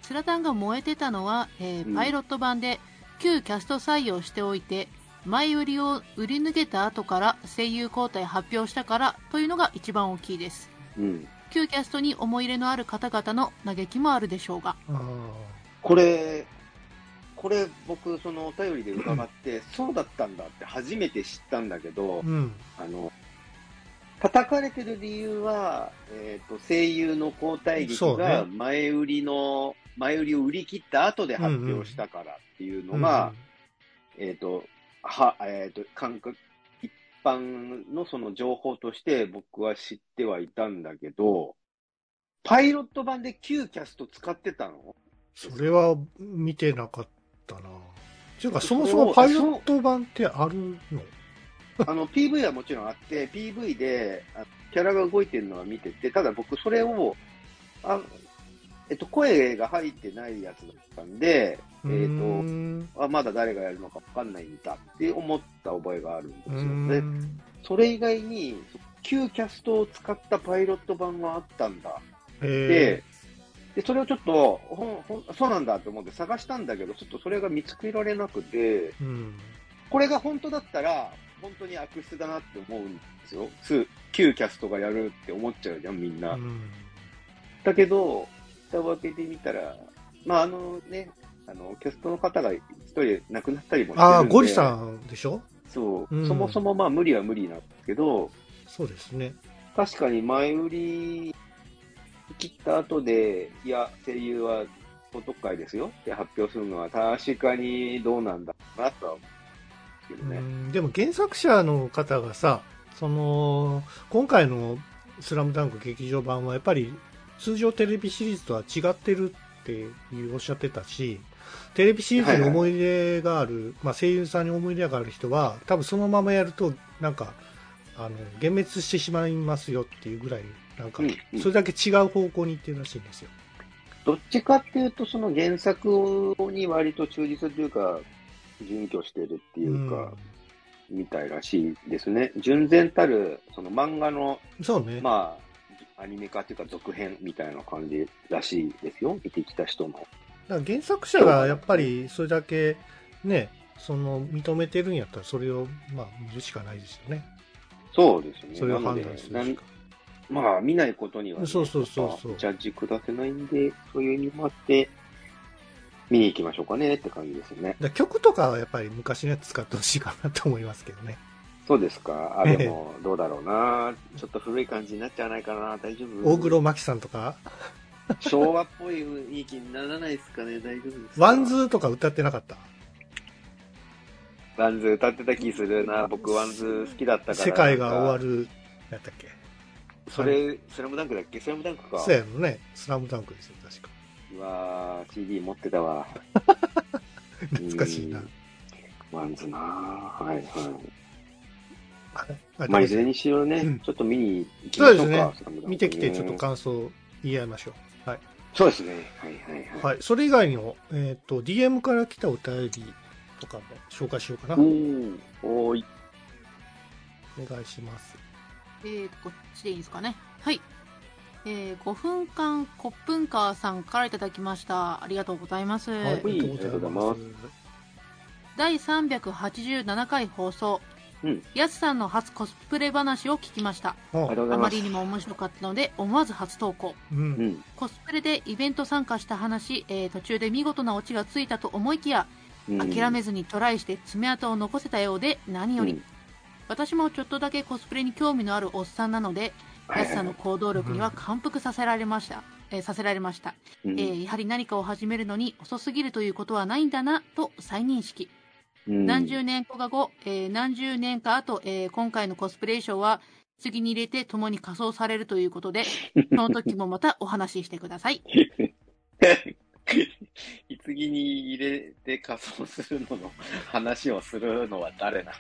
Speaker 3: スラタンが燃えてたのは、えー
Speaker 2: うん
Speaker 3: パイロット版で旧キャスト採用しておいて前売りを売り抜けた後から声優交代発表したからというのが一番大きいです
Speaker 2: うん。
Speaker 3: 旧キャストに思い入れのある方々の嘆きもあるでしょうが
Speaker 1: あ
Speaker 2: これ、これ僕、そのお便りで伺 って、そうだったんだって初めて知ったんだけど、
Speaker 1: ーうん。
Speaker 2: あの、叩かれてる理由は、えっ、と、声優の交代
Speaker 1: そ
Speaker 2: 劇
Speaker 1: うね
Speaker 2: が前売りの、前売りを売り切った後で発表したからっていうのが、えっ、と、は、えっ、と、感覚、一般のその情報として僕は知ってはいたんだけど、パイロット版で旧キャスト使ってたの
Speaker 1: それは見てなかったな。っていうか、そもそもパイロット版ってあるの
Speaker 2: あの、PV はもちろんあって、PV であキャラが動いてるのは見てて、ただ僕それを、あえっと、声が入ってないやつだったんで、えっ、
Speaker 1: うーん
Speaker 2: と、あ、まだ誰がやるのかわかんないんだって思った覚えがあるんです
Speaker 1: うー
Speaker 2: よ
Speaker 1: ん
Speaker 2: ね。それ以外に、旧キャストを使ったパイロット版があったんだ。
Speaker 1: へ
Speaker 2: で、でそれをちょっとほんほん、そうなんだと思って探したんだけど、ちょっとそれが見つけられなくて、
Speaker 1: ーうん
Speaker 2: これが本当だったら、本当に悪質だなって思うんですよ。す旧キャストがやるって思っちゃうじゃん、みんな。
Speaker 1: うん
Speaker 2: だけど、蓋を開けてみたら、まあ、あのね、あの、キャストの方が一人亡くなったりもしてるんで。
Speaker 1: ああ、ゴリさ
Speaker 2: ん。
Speaker 1: んでしょ
Speaker 2: そう、
Speaker 1: うん
Speaker 2: そもそもまあ無理は無理なんですけど、
Speaker 1: そうですね。
Speaker 2: 確かに前売り切った後で、いや、声優は報徳会ですよって発表するのは確かにどうなんだろうなとは思うんですけどね。
Speaker 1: うんでも原作者の方がさその今回の「スラムダンク劇場版はやっぱり通常テレビシリーズとは違ってるっていうおっしゃってたしテレビシリーズに思い入れがある、まあ、声優さんに思い入れがある人は多分そのままやるとなんかあの幻滅してしまいますよっていうぐらいなんか
Speaker 2: うんうん
Speaker 1: それだけ違う方向に行ってるらしいんですよ。
Speaker 2: どっちかっていうと、その原作に割と忠実というか、準拠してるっていうか、みたいらしいですね。純然たる、その漫画の、
Speaker 1: うんそうね、
Speaker 2: まあ、アニメ化というか続編みたいな感じらしいですよ。見てきた人も。
Speaker 1: だから原作者がやっぱりそれだけねその認めてるんやったらそれをまあ見るしかないですよね
Speaker 2: そうですね。
Speaker 1: それを
Speaker 2: なの
Speaker 1: 判
Speaker 2: で
Speaker 1: 断するしか
Speaker 2: なんまあ、見ないことにはね、
Speaker 1: そうそうそうそう
Speaker 2: やっぱジャッジ下せないんで、そういう意味もあって、見に行きましょうかねって感じですね。
Speaker 1: だから曲とかはやっぱり昔のやつ使ってほしいかなと思いますけどね
Speaker 2: そうですか。あ、
Speaker 1: ええ
Speaker 2: でも、どうだろうな。ちょっと古い感じになっちゃわないかな。大丈夫
Speaker 1: 大黒摩季さんとか
Speaker 2: 昭和っぽい雰囲気にならないですかね、大丈夫ですか
Speaker 1: ワンズーとか歌ってなかった
Speaker 2: ワンズ歌ってた気するな、僕ワンズ好きだったから。
Speaker 1: 世界が終わ
Speaker 2: る。
Speaker 1: るやったっけ
Speaker 2: それ、スラムダンクだっけスラムダンクか。
Speaker 1: そうやろね「スラムダンクですよ確か
Speaker 2: うわー CD 持ってたわ。
Speaker 1: 懐かしいな
Speaker 2: うんワンズなはいはい。
Speaker 1: あ
Speaker 2: まあ、いずれにしろね、
Speaker 1: うん
Speaker 2: ちょっと見に行きましょうか。
Speaker 1: そうで
Speaker 2: サムダン
Speaker 1: 見てきて、ちょっと
Speaker 2: うん
Speaker 1: 感想を言い合いましょう。はい。
Speaker 2: そうですね。はいはいはい。
Speaker 1: はい。それ以外にも、えっ、と、DM から来たお便りとかも紹介しようかな。
Speaker 2: う
Speaker 1: お
Speaker 2: ん。おーい。
Speaker 1: 願いします。
Speaker 3: えー、こっちでいいですかね。はい。えー、5分間コップンカーさんからいただきました。ありがとうございます。
Speaker 1: はい。あ
Speaker 2: い
Speaker 1: りがとうござい
Speaker 2: あ
Speaker 1: ま。
Speaker 2: りがとうございます
Speaker 3: 第387回放送。
Speaker 2: うん
Speaker 3: やすさんの初コスプレ話を聞きました。
Speaker 2: ありがと
Speaker 1: あ
Speaker 2: うござ
Speaker 3: あ
Speaker 2: い
Speaker 3: ま
Speaker 2: ます。
Speaker 3: りにも面白かったので、思わず初投稿。
Speaker 1: う。
Speaker 2: うんん。
Speaker 3: コスプレでイベント参加した話、えー途中で見事なオチがついたと思いきや、
Speaker 2: うん
Speaker 3: 諦めずにトライして爪痕を残せたようで何より、
Speaker 2: うん
Speaker 3: 私もちょっとだけコスプレに興味のあるおっさんなので、
Speaker 2: はいはい
Speaker 3: やすさんの行動力には感服させられました。えーさせられました、
Speaker 2: うん
Speaker 3: えーやはり何かを始めるのに遅すぎるということはないんだなと再認識、
Speaker 2: うん
Speaker 3: 何十年か後、えー何十年か後、えー今回のコスプレ衣装は次に入れて共に仮装されるとい うことでその時もまたお話ししてください
Speaker 2: 次に入れて仮装するのの話をするのは誰な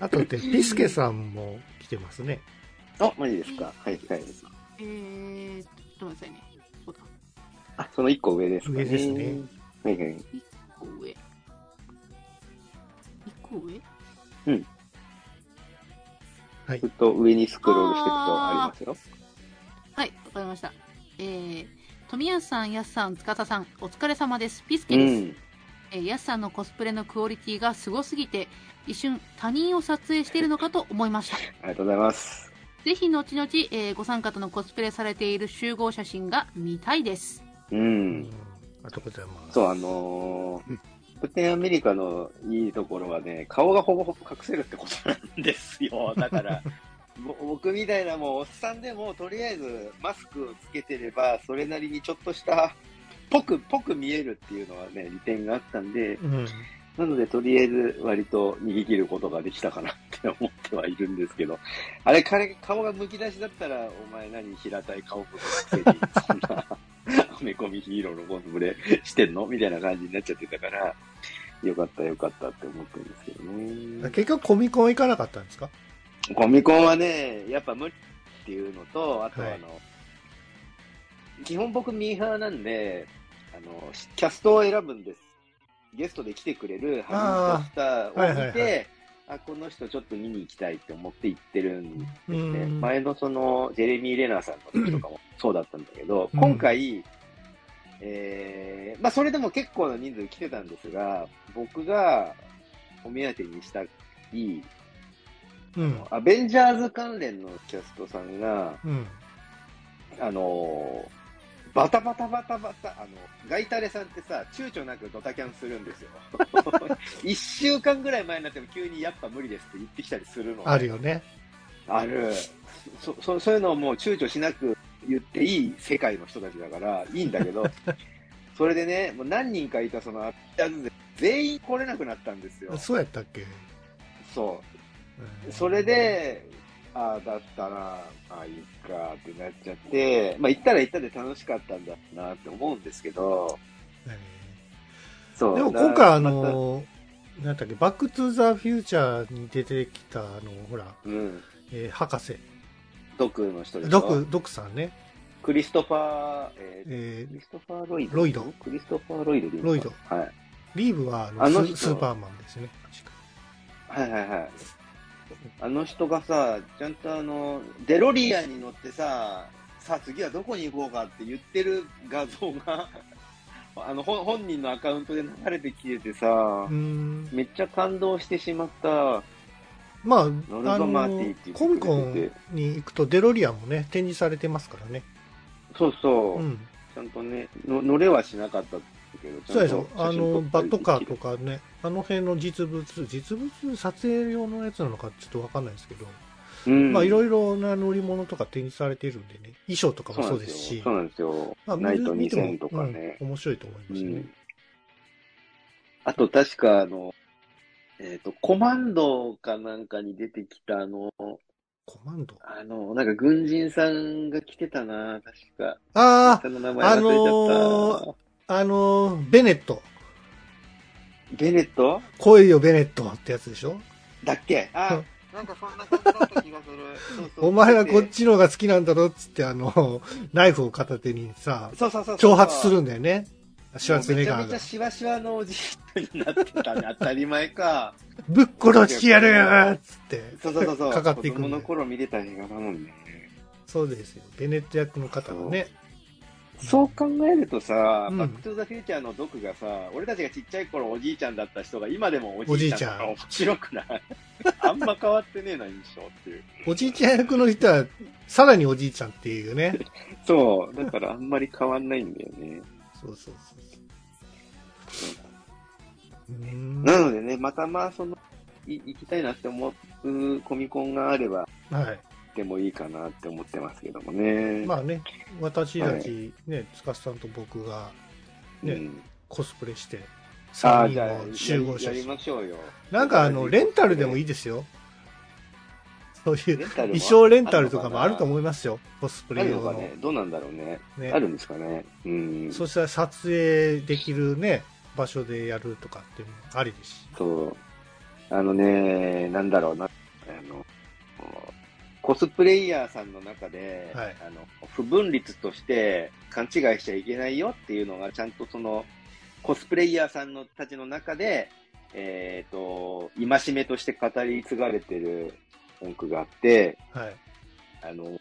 Speaker 1: あとで、ピスケさんも来てますね。
Speaker 2: のあ、マジですか。はいはい。
Speaker 3: えー、ちょっと待ってくださいねそうだ
Speaker 2: あ、その一個上ですか
Speaker 1: 上
Speaker 2: ね。
Speaker 1: ですね。
Speaker 2: はいはい。
Speaker 3: 一個上。一個上
Speaker 1: はい
Speaker 2: ずっ。と上にスクロールしていくとありますよ。
Speaker 3: はい、わかりました。えー、富安さん、やすさん、塚田さん、お疲れ様です。ピスケです。えー、やすさんのコスプレのクオリティがすごすぎて、一瞬他人を撮影しているのかと思いました。
Speaker 2: ありがとうございます。
Speaker 3: ぜひ後々、えーご参加とのコスプレされている集合写真が見たいです。
Speaker 2: う
Speaker 1: うんん。ありがとうございます。
Speaker 2: そう、あのー
Speaker 1: うん
Speaker 2: プテンアメリカのいいところはね、顔がほぼほぼ隠せるってことなんですよ。だから、ぼ僕みたいなもうおっさんでも、とりあえずマスクをつけてれば、それなりにちょっとした、ぽく、ぽく見えるっていうのはね、利点があったんで、
Speaker 1: うん。
Speaker 2: なので、とりあえず割と逃げ切ることができたかなって思ってはいるんですけど、あれ、彼顔がむき出しだったら、お前何平たい顔ぶれくせに、そんな、 アメコミヒーローのコスプレしてんのみたいな感じになっちゃってたから、よかったよかったって思ってるんですけどね。
Speaker 1: 結局コミコン行かなかったんですか
Speaker 2: コミコンはね、やっぱ無理っていうのと、あとあの、
Speaker 1: はい
Speaker 2: 基本僕ミーハーなんで、あの、キャストを選ぶんです。ゲストで来てくれるハリウッドスターを見
Speaker 1: あー
Speaker 2: て、
Speaker 1: はいはい
Speaker 2: あ、この人ちょっと見に行きたいって思って行ってるん
Speaker 1: う
Speaker 2: で、
Speaker 1: ん。
Speaker 2: 前のその、ジェレミー・レナーさんの時とかもそうだったんだけど、
Speaker 1: うん
Speaker 2: 今回、えーまあそれでも結構な人数来てたんですが、僕がお目当てにしたい、
Speaker 1: うん。
Speaker 2: アベンジャーズ関連のキャストさんが、
Speaker 1: うん。
Speaker 2: あのーバタバタバタバタ、あの、ガイタレさんってさ、躊躇なくドタキャンするんですよ。 一週間ぐらい前になっても急にやっぱ無理ですって言ってきたりするの。
Speaker 1: あるよね。
Speaker 2: ある。そ、そ、そういうのをもう躊躇しなく言っていい世界の人たちだから、いいん だけど、それでね、もう何人かいたそのアベンジャーズ勢全員来れなくなったんですよ。
Speaker 1: そうやったっけ
Speaker 2: そう。
Speaker 1: うん
Speaker 2: それで、ああ、だったら、まあいいかってなっちゃって、まあ行ったら行ったで楽しかったんだなって思うんですけど、そう。
Speaker 1: でも
Speaker 2: だから
Speaker 1: 今回あ
Speaker 2: また
Speaker 1: の、なんだっけ、バックトゥザフューチャーに出てきた、あの、ほら、
Speaker 2: うん。
Speaker 1: えー博士、
Speaker 2: ドクの人でし
Speaker 1: ド
Speaker 2: ょ
Speaker 1: ク、ドクさんね、
Speaker 2: クリストファー、えー
Speaker 1: え
Speaker 2: ク
Speaker 1: ー
Speaker 2: リストファー・ロイド。
Speaker 1: ロイド
Speaker 2: クリストファー・ロイドでいいの
Speaker 1: ロ
Speaker 2: か
Speaker 1: イド
Speaker 2: はい。
Speaker 1: リーブはあの
Speaker 2: あの
Speaker 1: ス
Speaker 2: 人
Speaker 1: スーパーマンですね。確か
Speaker 2: はいはいはい。あの人がさ、ちゃんとあの、デロリアンに乗ってさ、さあ次はどこに行こうかって言ってる画像が、 あの、ほん本人のアカウントで流れてきててさ
Speaker 1: うー、ん。
Speaker 2: めっちゃ感動してしまった。
Speaker 1: まあ、あ
Speaker 2: ルドマーティ
Speaker 1: の
Speaker 2: って言ってくれてて、
Speaker 1: コミコンに行くとデロリアンもね、展示されてますからね。
Speaker 2: そうそ
Speaker 1: う
Speaker 2: う。
Speaker 1: ん。
Speaker 2: ちゃんとねの、乗れはしなかったけど、ちゃんと
Speaker 1: そうでしょ。あの、
Speaker 2: 写真撮った
Speaker 1: バ
Speaker 2: り
Speaker 1: ットカーとかね、あの辺の実物、実物撮影用のやつなのかちょっとわかんないですけど、
Speaker 2: うん、
Speaker 1: まあい
Speaker 2: い
Speaker 1: ろいろな乗り物とか展示されているんでね、衣装とかもそうですし、
Speaker 2: そうなんですよ。
Speaker 1: まあ
Speaker 2: ナイト
Speaker 1: 見ても
Speaker 2: 2000とかね。
Speaker 1: うん面白いと思いま
Speaker 2: う
Speaker 1: すね。
Speaker 2: ん。あと、確か、あの、えっ、と、コマンドかなんかに出てきた、あの、
Speaker 1: コマンド。
Speaker 2: あの、なんか軍人さんが来てたな、確か。
Speaker 1: あ
Speaker 2: 人の名前忘れちゃった。
Speaker 1: あのーベネット。
Speaker 2: ベネット
Speaker 1: 来いよ、ベネットってやつでしょ
Speaker 2: だっけあ、
Speaker 4: なんかそんな感じだった気がする。そうそう
Speaker 1: お前はこっ。ちの方が好きなんだろっつって、あの、ナイフを片手にさ、
Speaker 2: そうそうそうそう。
Speaker 1: 挑発するんだよね。シュワルツェネッガ
Speaker 2: も
Speaker 1: ー
Speaker 2: うめちゃ
Speaker 1: が
Speaker 2: めちゃ。シワシワのおじいちゃんになってたね。当たり前か。
Speaker 1: ぶっ殺してやるよっつって。
Speaker 2: そうそうそうそう。
Speaker 1: かかっていく
Speaker 2: 子供
Speaker 1: んだ
Speaker 2: の
Speaker 1: よ。
Speaker 2: 頃見てた映画だもんね。
Speaker 1: そうですよ。ベネット役の方がね。
Speaker 2: そう考えるとさ、
Speaker 1: うん
Speaker 2: バックトゥザフューチャーの毒がさ、俺たちがちっちゃい頃おじいちゃんだった人が今でもおじいちゃんだから
Speaker 1: お
Speaker 2: 面白くないあんま変わってねえな印象っていう。
Speaker 1: おじいちゃん役の人は、さらにおじいちゃんっていうね。
Speaker 2: そう、だからあんまり変わんないんだよね。
Speaker 1: そうそうそうそう。うーん
Speaker 2: なのでね、またまあその、い行きたいなって思うコミコンがあれば、
Speaker 1: はい。
Speaker 2: でもいいかなって思ってますけどもね。
Speaker 1: まあね、私たち、ね、つかさんと僕がね
Speaker 2: うん
Speaker 1: コスプレして、
Speaker 2: あ
Speaker 1: 3
Speaker 2: あ、じゃあ
Speaker 1: 人を、集合
Speaker 2: や
Speaker 1: 者
Speaker 2: り
Speaker 1: し
Speaker 2: やりましょうよ。
Speaker 1: なんかあの、レンタルでもいいですよ。そういう、
Speaker 2: レンタル
Speaker 1: 衣
Speaker 2: も
Speaker 1: 装レンタルとかもあると
Speaker 2: う。
Speaker 1: 思いますよ。コスプ
Speaker 2: あ
Speaker 1: レ
Speaker 2: る
Speaker 1: 用
Speaker 2: のか
Speaker 1: の。
Speaker 2: ね、どうなんだろうね。
Speaker 1: ね
Speaker 2: あるんですかね。うん。
Speaker 1: そしたら撮影できるね、場所でやるとかっていうのもありですし。
Speaker 2: そう。あのね、なんだろうな、あの、コスプレイヤーさんの中で、
Speaker 1: はい
Speaker 2: あの不分率として勘違いしちゃいけないよっていうのが、ちゃんとその、コスプレイヤーさんのたちの中で、えっ、と、戒めとして語り継がれてる文句があって、
Speaker 1: はい。
Speaker 2: あの、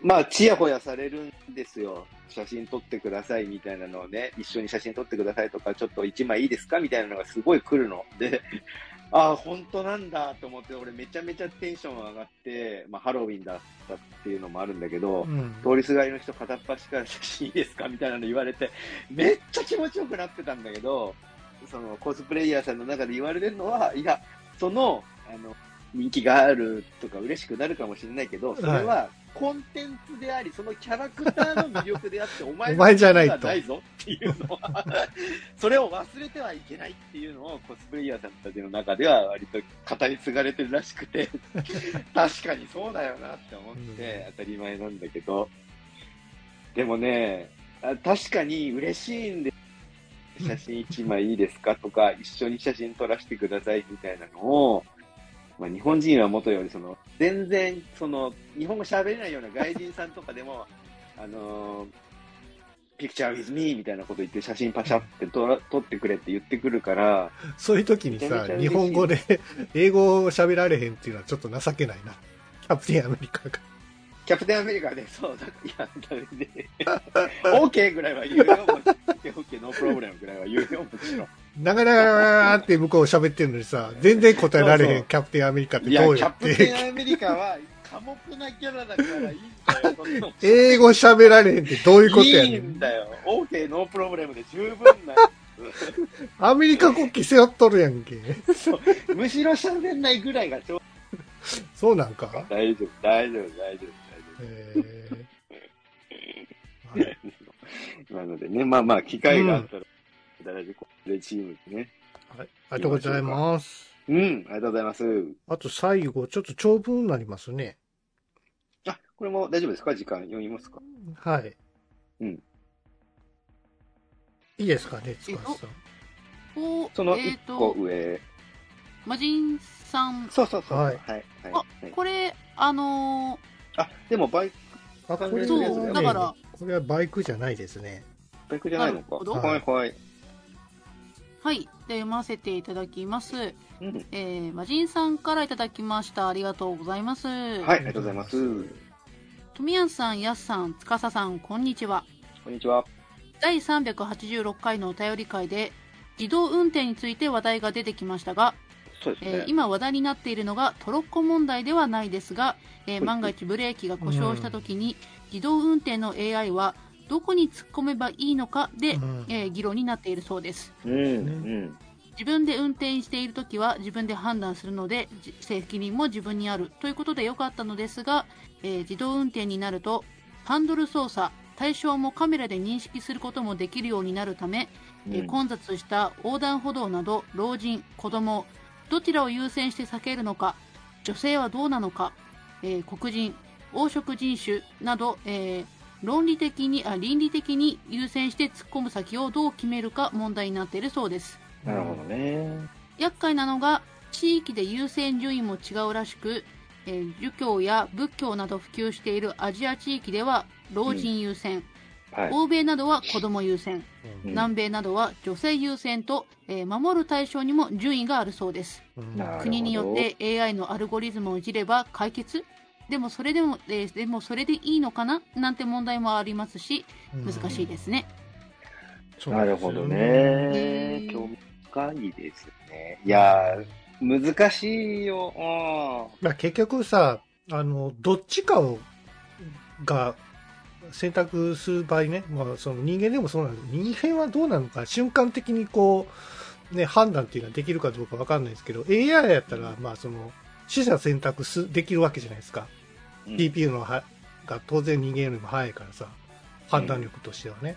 Speaker 2: まあ、ちやほやされるんですよ。写真撮ってくださいみたいなのをね、一緒に写真撮ってくださいとか、ちょっと一枚いいですかみたいなのがすごい来るの。で、 ああ、本当なんだと思って、俺めちゃめちゃテンション上がって、まあ、ハロウィンだったっていうのもあるんだけど、
Speaker 1: うん。
Speaker 2: 通りすがりの人片っ端から写真いいですかみたいなの言われて、めっちゃ気持ちよくなってたんだけど、そのコスプレイヤーさんの中で言われてるのは、いや、その、あの、人気があるとか嬉しくなるかもしれないけど、それはコンテンツであり、そのキャラクターの魅力であって、お前の
Speaker 1: お前じゃないと
Speaker 2: 魅力ではないぞっていうのは、それを忘れてはいけないっていうのをコスプレイヤーさんたちの中では割と語り継がれてるらしくて、確かにそうだよなって思って
Speaker 1: う
Speaker 2: 当たり前なんだけど、でもね、あ確かに嬉しいんで、写真1枚いいですかとか、一緒に写真撮らせてくださいみたいなのを、まあ、日本人はもとよりその、全然その、日本語喋れないような外人さんとかでも、あのーピクチャー with me みたいなこと言って写真パシャって撮ら撮ってくれって言ってくるから、
Speaker 1: そういう時に
Speaker 2: めちゃ
Speaker 1: さ
Speaker 2: めちゃ、嬉し
Speaker 1: 日
Speaker 2: い
Speaker 1: 本語で 英語を喋られへんっていうのはちょっと情けないな。キャプテンアメリカが。
Speaker 2: キャプテンアメリカで、そう、だいや、ダメ で、OK ぐらいは言うよ、もちろん OK、ノープロブレムぐらいは言うよ、もちろん。
Speaker 1: なかなかって向こう喋ってるのにさ、全然答えられ
Speaker 2: そう
Speaker 1: へ
Speaker 2: そ
Speaker 1: ん
Speaker 2: う
Speaker 1: キャプテンアメリカって
Speaker 2: いや、
Speaker 1: どう
Speaker 2: キ
Speaker 1: よ
Speaker 2: ャ
Speaker 1: っ
Speaker 2: プテ
Speaker 1: て。
Speaker 2: ンアメリカは、寡黙なキャラだからいいんだよ、そんなの
Speaker 1: 英語喋られへんってどういうことやね
Speaker 2: いい
Speaker 1: ん
Speaker 2: ん。だよ、OK、ノープロブレムで十分な
Speaker 1: アメリカ国旗背負っとるやんけ。
Speaker 2: の、むしろ喋んないぐらいがちょう
Speaker 1: そうなんか
Speaker 2: ど大丈夫、大丈夫、大丈夫、
Speaker 1: えーはい
Speaker 2: 大丈夫。なのでね、まあまあ、機会があったら、いただいて、これチームでね。
Speaker 1: はいありがとうございます。
Speaker 2: うん、ありがとうございます。
Speaker 1: あと最後、ちょっと長文になりますね。
Speaker 2: あ、これも大丈夫ですか時間読みますか
Speaker 1: はい。
Speaker 2: うん
Speaker 1: いいですかね、つかしさん。
Speaker 3: お
Speaker 2: その
Speaker 3: え
Speaker 2: 一
Speaker 3: っ、
Speaker 2: 個
Speaker 3: と、
Speaker 2: 上。
Speaker 3: 魔人さん、
Speaker 2: そうそうそう。
Speaker 1: は
Speaker 2: はいい。はい。
Speaker 3: あ
Speaker 2: はい、
Speaker 3: これ、あの
Speaker 2: あ、でもバイク、
Speaker 1: あ、これ
Speaker 3: ー
Speaker 2: そう
Speaker 1: ですね
Speaker 3: そう、だから、
Speaker 1: これはバイクじゃないですね。
Speaker 2: バイクじゃないの
Speaker 3: なるほ
Speaker 2: か。
Speaker 3: ど
Speaker 2: はいはい。
Speaker 3: はい、で読ませていただきます。
Speaker 2: うん。
Speaker 3: えー、魔人さんからいただきました。ありがとうございます。
Speaker 2: はい、ありがとうございます。
Speaker 3: 富安さん、やすさん、つかささん、こんにちは。
Speaker 2: こんにちは。
Speaker 3: 第386回のお便り会で、自動運転について話題が出てきましたが、
Speaker 2: そうです
Speaker 3: えー
Speaker 2: ね。
Speaker 3: 今話題になっているのがトロッコ問題ではないですが、えー万が一ブレーキが故障した時に、自動運転の AI はどこに突っ込めばいいのかで、
Speaker 1: うん
Speaker 3: えー議論になっているそうです
Speaker 2: うん、うん。
Speaker 3: 自分で運転している時は自分で判断するのでじ責任も自分にあるということで良かったのですが、えー自動運転になるとハンドル操作対象もカメラで認識することもできるようになるため、えー
Speaker 2: うん
Speaker 3: 混雑した横断歩道など老人子供どちらを優先して避けるのか女性はどうなのか、えー黒人黄色人種など、えー論理的にあ倫理的に優先して突っ込む先をどう決めるか問題になっているそうです
Speaker 2: なるほどね。
Speaker 3: 厄介なのが地域で優先順位も違うらしく、えー儒教や仏教など普及しているアジア地域では老人優先、
Speaker 2: はい。
Speaker 3: 欧米などは子供優先、
Speaker 1: うん
Speaker 2: うん
Speaker 3: 南米などは女性優先と、えー守る対象にも順位があるそうです
Speaker 1: うん
Speaker 2: なるほど
Speaker 3: 国によって AI のアルゴリズムをいじれば解決でもそれでも、えーでもそれでいいのかななんて問題もありますし難しいですね、
Speaker 1: そうな
Speaker 2: な
Speaker 1: ん
Speaker 2: る
Speaker 1: ですよ
Speaker 2: ほど
Speaker 3: へ
Speaker 2: ね
Speaker 3: ー。
Speaker 2: 興味深いですね。いやー、難しいよ。
Speaker 1: まあ、結局さあのどっちかをが選択する場合ね、まあ、その人間でもそうなんですけど人間はどうなのか瞬間的にこう、ね、判断っていうのはできるかどうかわかんないですけど AI やったらまあその取捨選択すできるわけじゃないですか、
Speaker 2: うん
Speaker 1: CPU のはが当然人間よりも早いからさ判断力としてはね、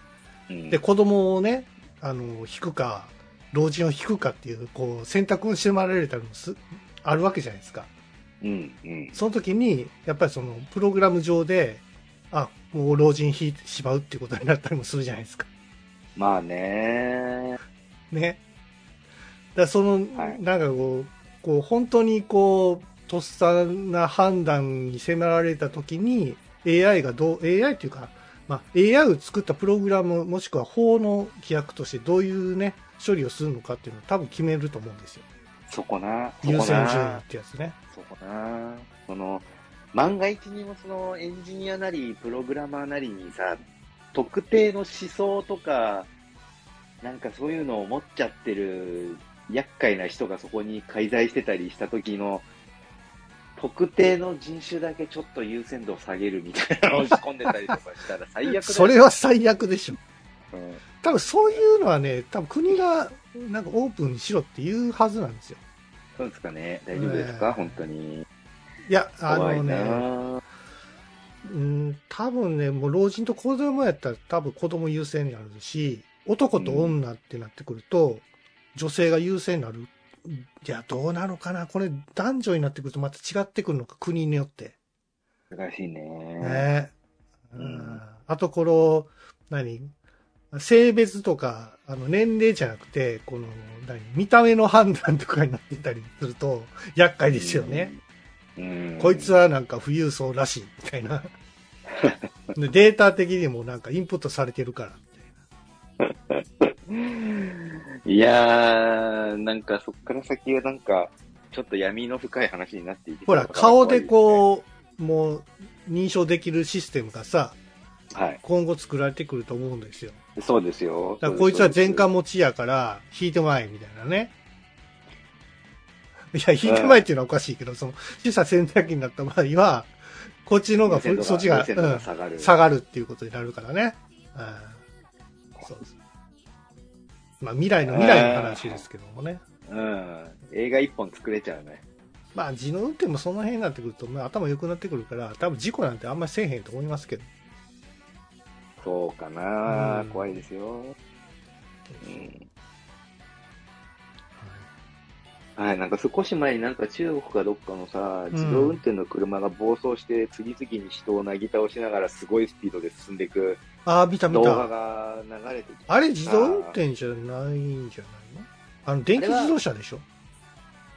Speaker 2: うん
Speaker 1: で子供をねあの引くか老人を引くかっていうこう選択を迫られたりもすあるわけじゃないですか
Speaker 2: うん、うん。
Speaker 1: その時にやっぱりそのプログラム上であもう老人引いてしまうっていうことになったりもするじゃないですか
Speaker 2: まあね。
Speaker 1: ねだからその、
Speaker 2: はい
Speaker 1: なんかこうこう本当にこうとっさな判断に迫られた時に AI がどう AI っていうか、まあ、AI を作ったプログラムもしくは法の規約としてどういうね処理をするのかっていうのを多分決めると思うんですよ
Speaker 2: そこな。そこ
Speaker 1: 優先順位
Speaker 2: な
Speaker 1: っ。てやつね
Speaker 2: そこな。その、万が一にもそのエンジニアなり、プログラマーなりにさ、特定の思想とか、なんかそういうのを持っちゃってる厄介な人がそこに介在してたりした時の、特定の人種だけちょっと優先度を下げるみたい なのを仕込んでたりとかしたら最悪だよ。
Speaker 1: それは最悪でしょ
Speaker 2: うん
Speaker 1: 多分そういうのはね多分国がなんかオープンにしろっていうはずなんですよ
Speaker 2: そうですかね。大丈夫ですか、
Speaker 1: ね
Speaker 2: 本当に。
Speaker 1: いやあ
Speaker 2: 怖
Speaker 1: の
Speaker 2: い
Speaker 1: ね
Speaker 2: な
Speaker 1: うん、多分ね、もう老人と子供やったら多分子供優先になるし、男と女ってなってくると、女性が優先になる。いや、どうなのかなこれ男女になってくるとまた違ってくるのか、国によって。
Speaker 2: 難しいね。
Speaker 1: ね。
Speaker 2: ん
Speaker 1: うんあと、この、何性別とか、あの、年齢じゃなくて、この、何見た目の判断とかになってたりすると、厄介ですよね。
Speaker 2: うん。
Speaker 1: こいつはなんか富裕層らしいみたいな。でデータ的にもなんかインプットされてるからみたい
Speaker 2: いやー、なんかそこから先はなんか、ちょっと闇の深い話になっていて。
Speaker 1: な。ほら、顔でこう、もう認証できるシステムがさ、
Speaker 2: う。はい。
Speaker 1: 今後作られてくると思うんですよ。
Speaker 2: そうですよ。
Speaker 1: だからこいつは全巻持ちやから、引いてまいみたいな ね。いや、引いてまいっていうのはおかしいけど、その、主査選択になった場合は、こっちの方がふ、そっちが、
Speaker 2: 優先度
Speaker 1: うん、
Speaker 2: 下がる。
Speaker 1: 下がるっていうことになるからね。うん。そうです。まあ未来の未来の話ですけどもね。
Speaker 2: うん。映画一本作れちゃうね。
Speaker 1: まあ自動運転もその辺になってくると、まあ、頭良くなってくるから、多分事故なんてあんまりせえへんと思いますけど。
Speaker 2: そうかな、
Speaker 1: うん
Speaker 2: 怖いですよ。うんはい、なんか少し前になんか中国かどっかのさ、自動運転の車が暴走して次々に人をなぎ倒しながらすごいスピードで進んでいく
Speaker 1: ああ、見た見
Speaker 2: 動画
Speaker 1: た。
Speaker 2: が流れてきて
Speaker 1: あれ自動運転じゃないんじゃないのあの電気自動車でしょ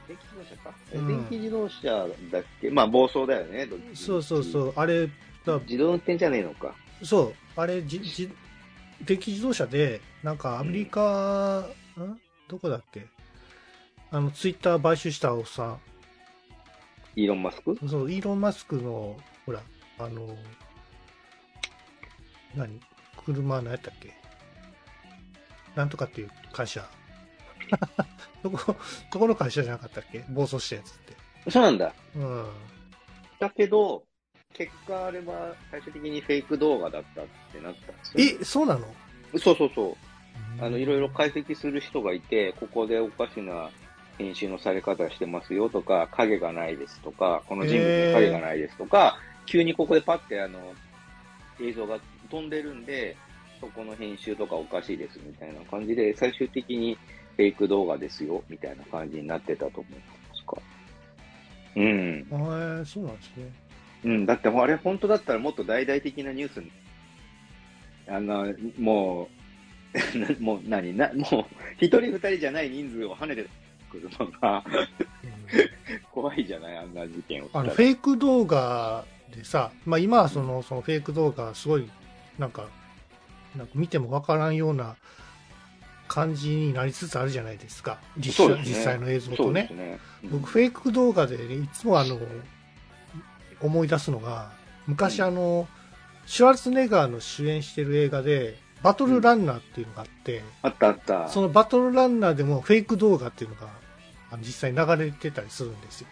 Speaker 2: 電気自動車か、
Speaker 1: うん
Speaker 2: 電気自動車だっけまあ暴走だよね。どっち。
Speaker 1: そうそうそうう。あれ、だ
Speaker 2: 自動運転じゃねえのか。
Speaker 1: そう。あれ、じ、じ、電気自動車で、なんかアメリカ、んどこだっけあの、ツイッター買収したおっさん。
Speaker 2: イーロン・マスク
Speaker 1: そう、イーロン・マスクの、ほら、あの、何車何やったっけなんとかっていう会 社。どこ、どこの会社じゃなかったっけ暴走したやつって。
Speaker 2: そうなんだ。
Speaker 1: うん。
Speaker 2: だけど、結果あれは最終的にフェイク動画だったってなったんですよ
Speaker 1: え、そうなの
Speaker 2: そうそうそう。あの、いろいろ解析する人がいて、ここでおかしな編集のされ方してますよとか、影がないですとか、この人物に影がないですとか、急にここでパッてあの、映像が飛んでるんで、そこの編集とかおかしいですみたいな感じで、最終的にフェイク動画ですよみたいな感じになってたと思うんですか。うん。
Speaker 1: えーそうなんですね。
Speaker 2: うん、だってあれ本当だったらもっと大々的なニュースにあの、もう、 もう何な、もう、一人二人じゃない人数を跳ねてくるのが 怖いじゃない、あんな事件をした
Speaker 1: あ
Speaker 2: ら
Speaker 1: のフェイク動画でさ、まあ、今はそのそのフェイク動画すごいなんかなんか見てもわからんような感じになりつつあるじゃないですか実
Speaker 2: そう
Speaker 1: 際
Speaker 2: ですね
Speaker 1: 実際の映像
Speaker 2: そ
Speaker 1: と
Speaker 2: うで
Speaker 1: ね
Speaker 2: すね。
Speaker 1: 僕フェイク動画でいつもあの思い出すのが昔
Speaker 2: うん
Speaker 1: あのシュワルツェネッガーの主演してる映画でバトルランナーっていうのがあって、
Speaker 2: あったあった。
Speaker 1: そのバトルランナーでもフェイク動画っていうのがあの実際流れてたりするんですよ。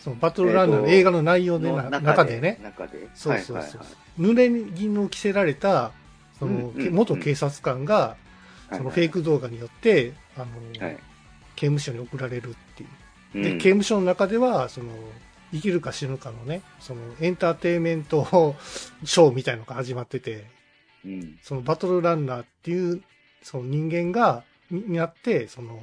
Speaker 1: そのバトルランナーの映画の内容でな、
Speaker 2: の
Speaker 1: 中でね。
Speaker 2: 中で。
Speaker 1: そうそうそう
Speaker 2: はいはい。
Speaker 1: 濡れ衣を着せられた、その、
Speaker 2: うんうん
Speaker 1: 元警察官が、
Speaker 2: はい
Speaker 1: そのフェイク動画によって、あの、
Speaker 2: はい
Speaker 1: 刑務所に送られるっていう。
Speaker 2: うん
Speaker 1: で、刑務所の中では、その、生きるか死ぬかのね、そのエンターテインメントショーみたいのが始まってて、
Speaker 2: うん
Speaker 1: そのバトルランナーっていう、その人間が、にになって、その、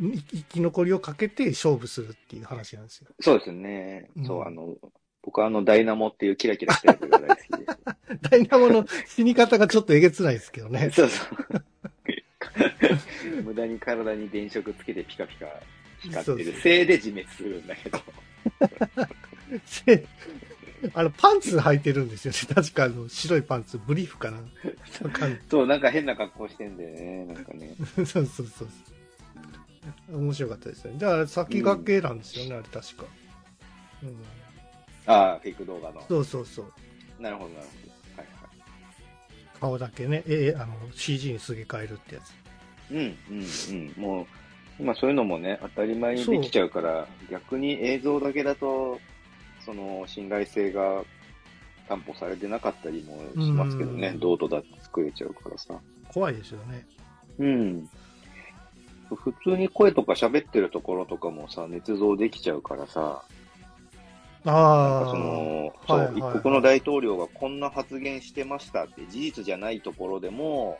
Speaker 1: い生き残りをかけて勝負するっていう話なんですよ。
Speaker 2: そうですね
Speaker 1: う。ん
Speaker 2: そう、あの、僕はあの、ダイナモっていうキラキラしたやつが大好きで
Speaker 1: ダイナモの死に方がちょっとえげつないですけどね。
Speaker 2: そうそう。無駄に体に電飾つけてピカピカ光って
Speaker 1: そう
Speaker 2: るせいで自滅するんだけど。
Speaker 1: せ あの、パンツ履いてるんですよね。確かあの、白いパンツ、ブリーフかな。わかんな
Speaker 2: そう、なんか変な格好してんだよね。なんかね。
Speaker 1: いそうそうそう。面白かったですね。だから先駆けなんですよね、あれ確か。うん。
Speaker 2: ああ、フェイク動画の。
Speaker 1: そうそうそう。
Speaker 2: なるほど、なるほど。はいは
Speaker 1: 顔だけね、えあの、CG にすげ替えるってやつ。
Speaker 2: い。うん、うん、うん。もう、今そういうのもね、当たり前にできちゃうから、逆に映像だけだと、その、信頼性が担保されてなかったりもしますけどね
Speaker 1: う。ん
Speaker 2: どうとだって作れちゃうからさ。
Speaker 1: 怖いですよね。
Speaker 2: うん。普通に声とか喋ってるところとかもさ、捏造できちゃうからさ、なん
Speaker 1: あ
Speaker 2: か
Speaker 1: あ。
Speaker 2: その、そう、
Speaker 1: はいはいはい
Speaker 2: 一国の大統領がこんな発言してましたって事実じゃないところでも、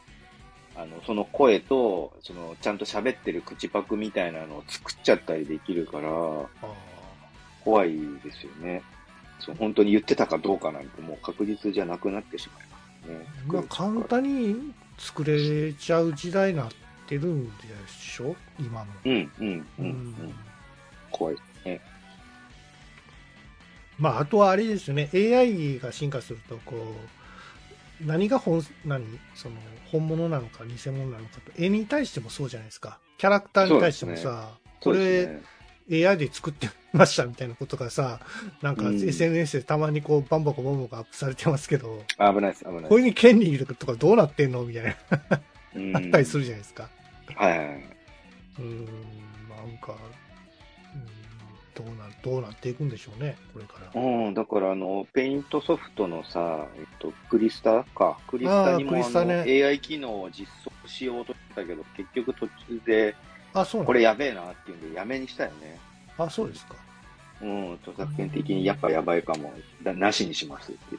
Speaker 2: あの、その声と、その、ちゃんと喋ってる口パクみたいなのを作っちゃったりできるから、
Speaker 1: あ
Speaker 2: 怖いですよね。そう、本当に言ってたかどうかなんてもう確実じゃなくなってしまいますね。
Speaker 1: ーまあ、簡単に作れちゃう時代になってるんでしょ今も。
Speaker 2: うん、う
Speaker 1: う
Speaker 2: ん、う、
Speaker 1: ん
Speaker 2: うんん。怖い。ね。
Speaker 1: まあ、あとはあれですよね、AI が進化すると、こう、何が本、何、その、本物なのか偽物なのかと、絵に対してもそうじゃないですか。キャラクターに対しても
Speaker 2: そ
Speaker 1: さ、こ
Speaker 2: そうで
Speaker 1: れ
Speaker 2: す、ね
Speaker 1: AI で作ってましたみたいなことがさ、なんか
Speaker 2: うん
Speaker 1: SNS でたまにこう、バンバコバンバコアップされてますけど、
Speaker 2: あ危ないです、危ない
Speaker 1: これに権利いるとかどうなってんのみたいな、
Speaker 2: うん
Speaker 1: あったりするじゃないですか。
Speaker 2: はいはいはい。
Speaker 1: うん、なんか、うん、どうな、どうなっていくんでしょうね、これから。
Speaker 2: うん、だからあの、ペイントソフトのさ、えっと、クリスタか。クリスタにも
Speaker 1: あークリ
Speaker 2: あ
Speaker 1: スタ
Speaker 2: の、
Speaker 1: ね
Speaker 2: AI 機能を実装しようとしてたけど、結局途中で、
Speaker 1: あ、そうな
Speaker 2: こ
Speaker 1: の
Speaker 2: れやべえなっていうんで、やめにしたよね。
Speaker 1: あ、そうですか。
Speaker 2: うん、著作権的にやっぱやばいかも、だなしにしますって
Speaker 1: へ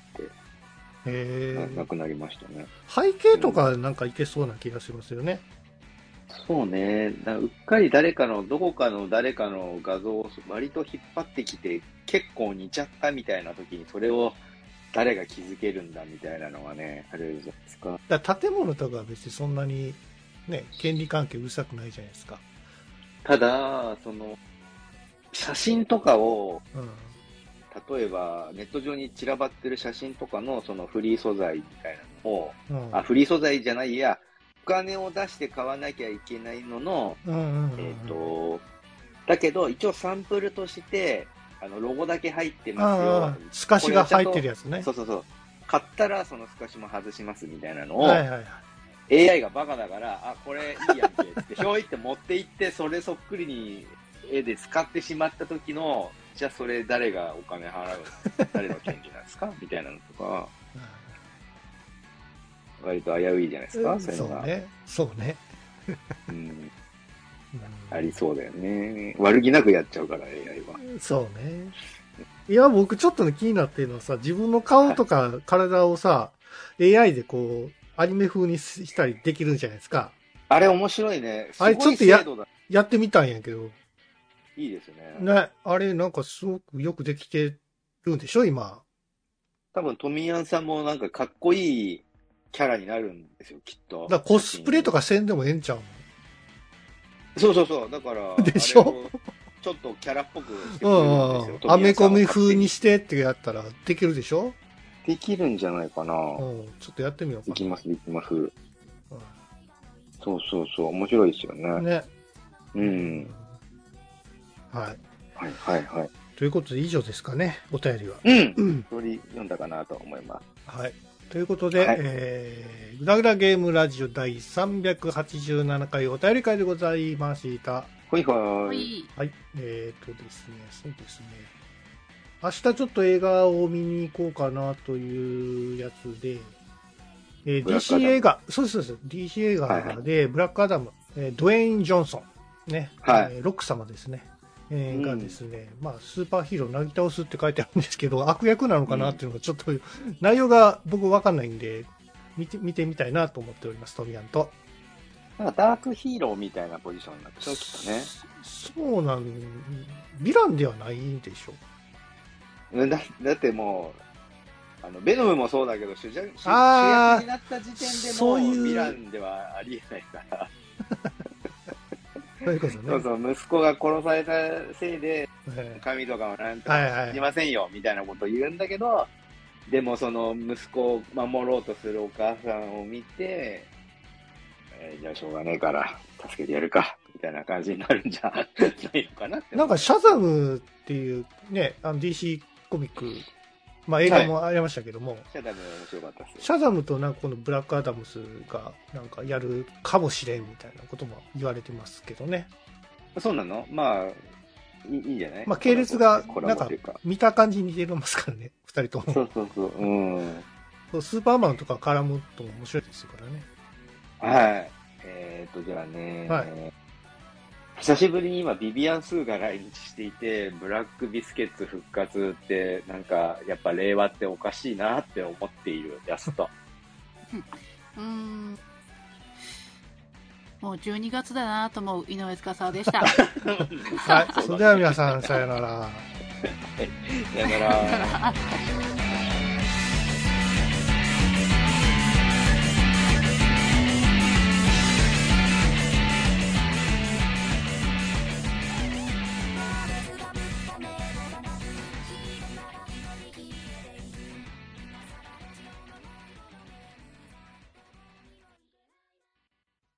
Speaker 2: 言って、
Speaker 1: ー
Speaker 2: ななくなりましたね。
Speaker 1: 背景とかなんかいけそうな気がしますよね。
Speaker 2: そうね、だうっかり誰かの、どこかの誰かの画像を割と引っ張ってきて、結構似ちゃったみたいな時に、それを誰が気づけるんだみたいなのはね、あれじゃないですか。
Speaker 1: だから建物とかは別にそんなに、ね、権利関係うるさくないじゃないですか。
Speaker 2: ただ、その、写真とかを、
Speaker 1: うん。
Speaker 2: 例えばネット上に散らばってる写真とかのそのフリー素材みたいなのを、
Speaker 1: うん。
Speaker 2: あ、フリー素材じゃないや、お金を出して買わなきゃいけないのの、
Speaker 1: うんうんうん、
Speaker 2: えっ、と、だけど一応サンプルとして、あの、ロゴだけ入ってますよ。
Speaker 1: ああ、透かしが入ってるやつね
Speaker 2: そ。うそうそう。買ったらその透かしも外しますみたいなのを、
Speaker 1: はいはいはい。
Speaker 2: AI がバカだから、あ、これいいやんけって、ひょいって持って行って、それそっくりに絵で使ってしまった時の、じゃあそれ誰がお金払う、誰の権利なんですかみたいなのとか、割と危ういじゃないですか、そういう
Speaker 1: そ
Speaker 2: の
Speaker 1: う
Speaker 2: が、
Speaker 1: ね。そうね。
Speaker 2: うん。
Speaker 1: うん
Speaker 2: ありそうだよね。悪気なくやっちゃうから、AI は。
Speaker 1: そうね。いや、僕ちょっとね、気になってるのはさ、自分の顔とか体をさ、AI でこう、アニメ風にしたりできるんじゃないですか。
Speaker 2: あれ面白いね。す
Speaker 1: あ
Speaker 2: ご
Speaker 1: れちょ
Speaker 2: い
Speaker 1: っとや
Speaker 2: 精度だ。
Speaker 1: やってみたんやけど、
Speaker 2: いいですね。
Speaker 1: ね、あれなんかすごくよくできてるんでしょ、今。
Speaker 2: 多分、トミヤンさんもなんかかっこいいキャラになるんですよ、きっと。
Speaker 1: だからコスプレとかせんでもええんちゃう
Speaker 2: そうそうそう、だから、
Speaker 1: でしょ
Speaker 2: あれをちょっとキャラっぽくしてくれ
Speaker 1: う
Speaker 2: る
Speaker 1: んう
Speaker 2: ん
Speaker 1: ん
Speaker 2: です
Speaker 1: うん。
Speaker 2: よ。
Speaker 1: アメコミ風にしてってやったらできるでしょ
Speaker 2: できるんじゃないかな。
Speaker 1: うん。ちょっとやってみよう
Speaker 2: でき
Speaker 1: か
Speaker 2: ます、できます。
Speaker 1: な。
Speaker 2: そうそうそう、面白いですよね。
Speaker 1: うんね。
Speaker 2: うん。
Speaker 1: はい。
Speaker 2: はいはいはい。
Speaker 1: ということで以上ですかね、お便りは。
Speaker 2: うん
Speaker 1: うん。
Speaker 2: より読んだかなと思います。
Speaker 1: はい。ということで、
Speaker 2: はい
Speaker 1: えー、ぐだぐだゲームラジオ第387回お便り会でございました。
Speaker 2: ほいほ。
Speaker 3: はいい。
Speaker 1: はい。えっ、ー、とですね、そうですね。明日ちょっと映画を見に行こうかなというやつで、えー
Speaker 2: ブラックア
Speaker 1: DC
Speaker 2: ダム
Speaker 1: 映画、そうですそうです、DC 映画で、ブラックアダム、えードウェイン・ジョンソン、ね、
Speaker 2: はい
Speaker 1: えーロック様ですね、えー
Speaker 2: うん
Speaker 1: がですね、まあ、スーパーヒーローなぎ倒すって書いてあるんですけど、 悪役なのかなっていうのがちょっと、内容が僕わかんないんで、見て、見てみたいなと思っております、トミアンと。
Speaker 2: なんかダークヒーローみたいなポジションになってしょ、きっとね。
Speaker 1: そうなん、ヴィランではないんでしょう
Speaker 2: うんだだってもう、あのベノムもそうだけど主役主主
Speaker 1: あー
Speaker 2: 役になった時点でも
Speaker 1: そう
Speaker 2: う
Speaker 1: いう
Speaker 2: ヴィランではありえないから、
Speaker 1: そういうことね。
Speaker 2: そうそう息子が殺されたせいで
Speaker 1: え
Speaker 2: 神とかはなんと
Speaker 1: えはいは
Speaker 2: かい
Speaker 1: い。
Speaker 2: ませんよみたいなことを言うんだけどでもその息子を守ろうとするお母さんを見て、えーじゃあしょうがねえから助けてやるかみたいな感じになるんじゃ ないのかなって
Speaker 1: なんか、シャザムっていうね、あの DC コミック、まあ映画もありましたけども、
Speaker 2: シャダム面白かったっす
Speaker 1: シャザムとなんかこのブラックアダムスがなんかやるかもしれんみたいなことも言われてますけどね。
Speaker 2: そうなのまあいいいいんじゃない
Speaker 1: まあ系列が
Speaker 2: コラボっていうか
Speaker 1: 見た感じに似てますからね、二人と
Speaker 2: そ
Speaker 1: も
Speaker 2: う。そうそう、うん。
Speaker 1: そうスーパーマンとか絡むとも面白いですからね。
Speaker 2: はい。えっ、と、じゃあね、
Speaker 1: はい
Speaker 2: 久しぶりに今、ビビアン・スーが来日していて、ブラック・ビスケッツ復活って、なんか、やっぱ令和っておかしいなって思っている、やすと。
Speaker 3: うーん。もう12月だなと思う井上司 でした。
Speaker 1: はい。それでは皆さん、さよなら。
Speaker 2: さよなら。
Speaker 3: さよなら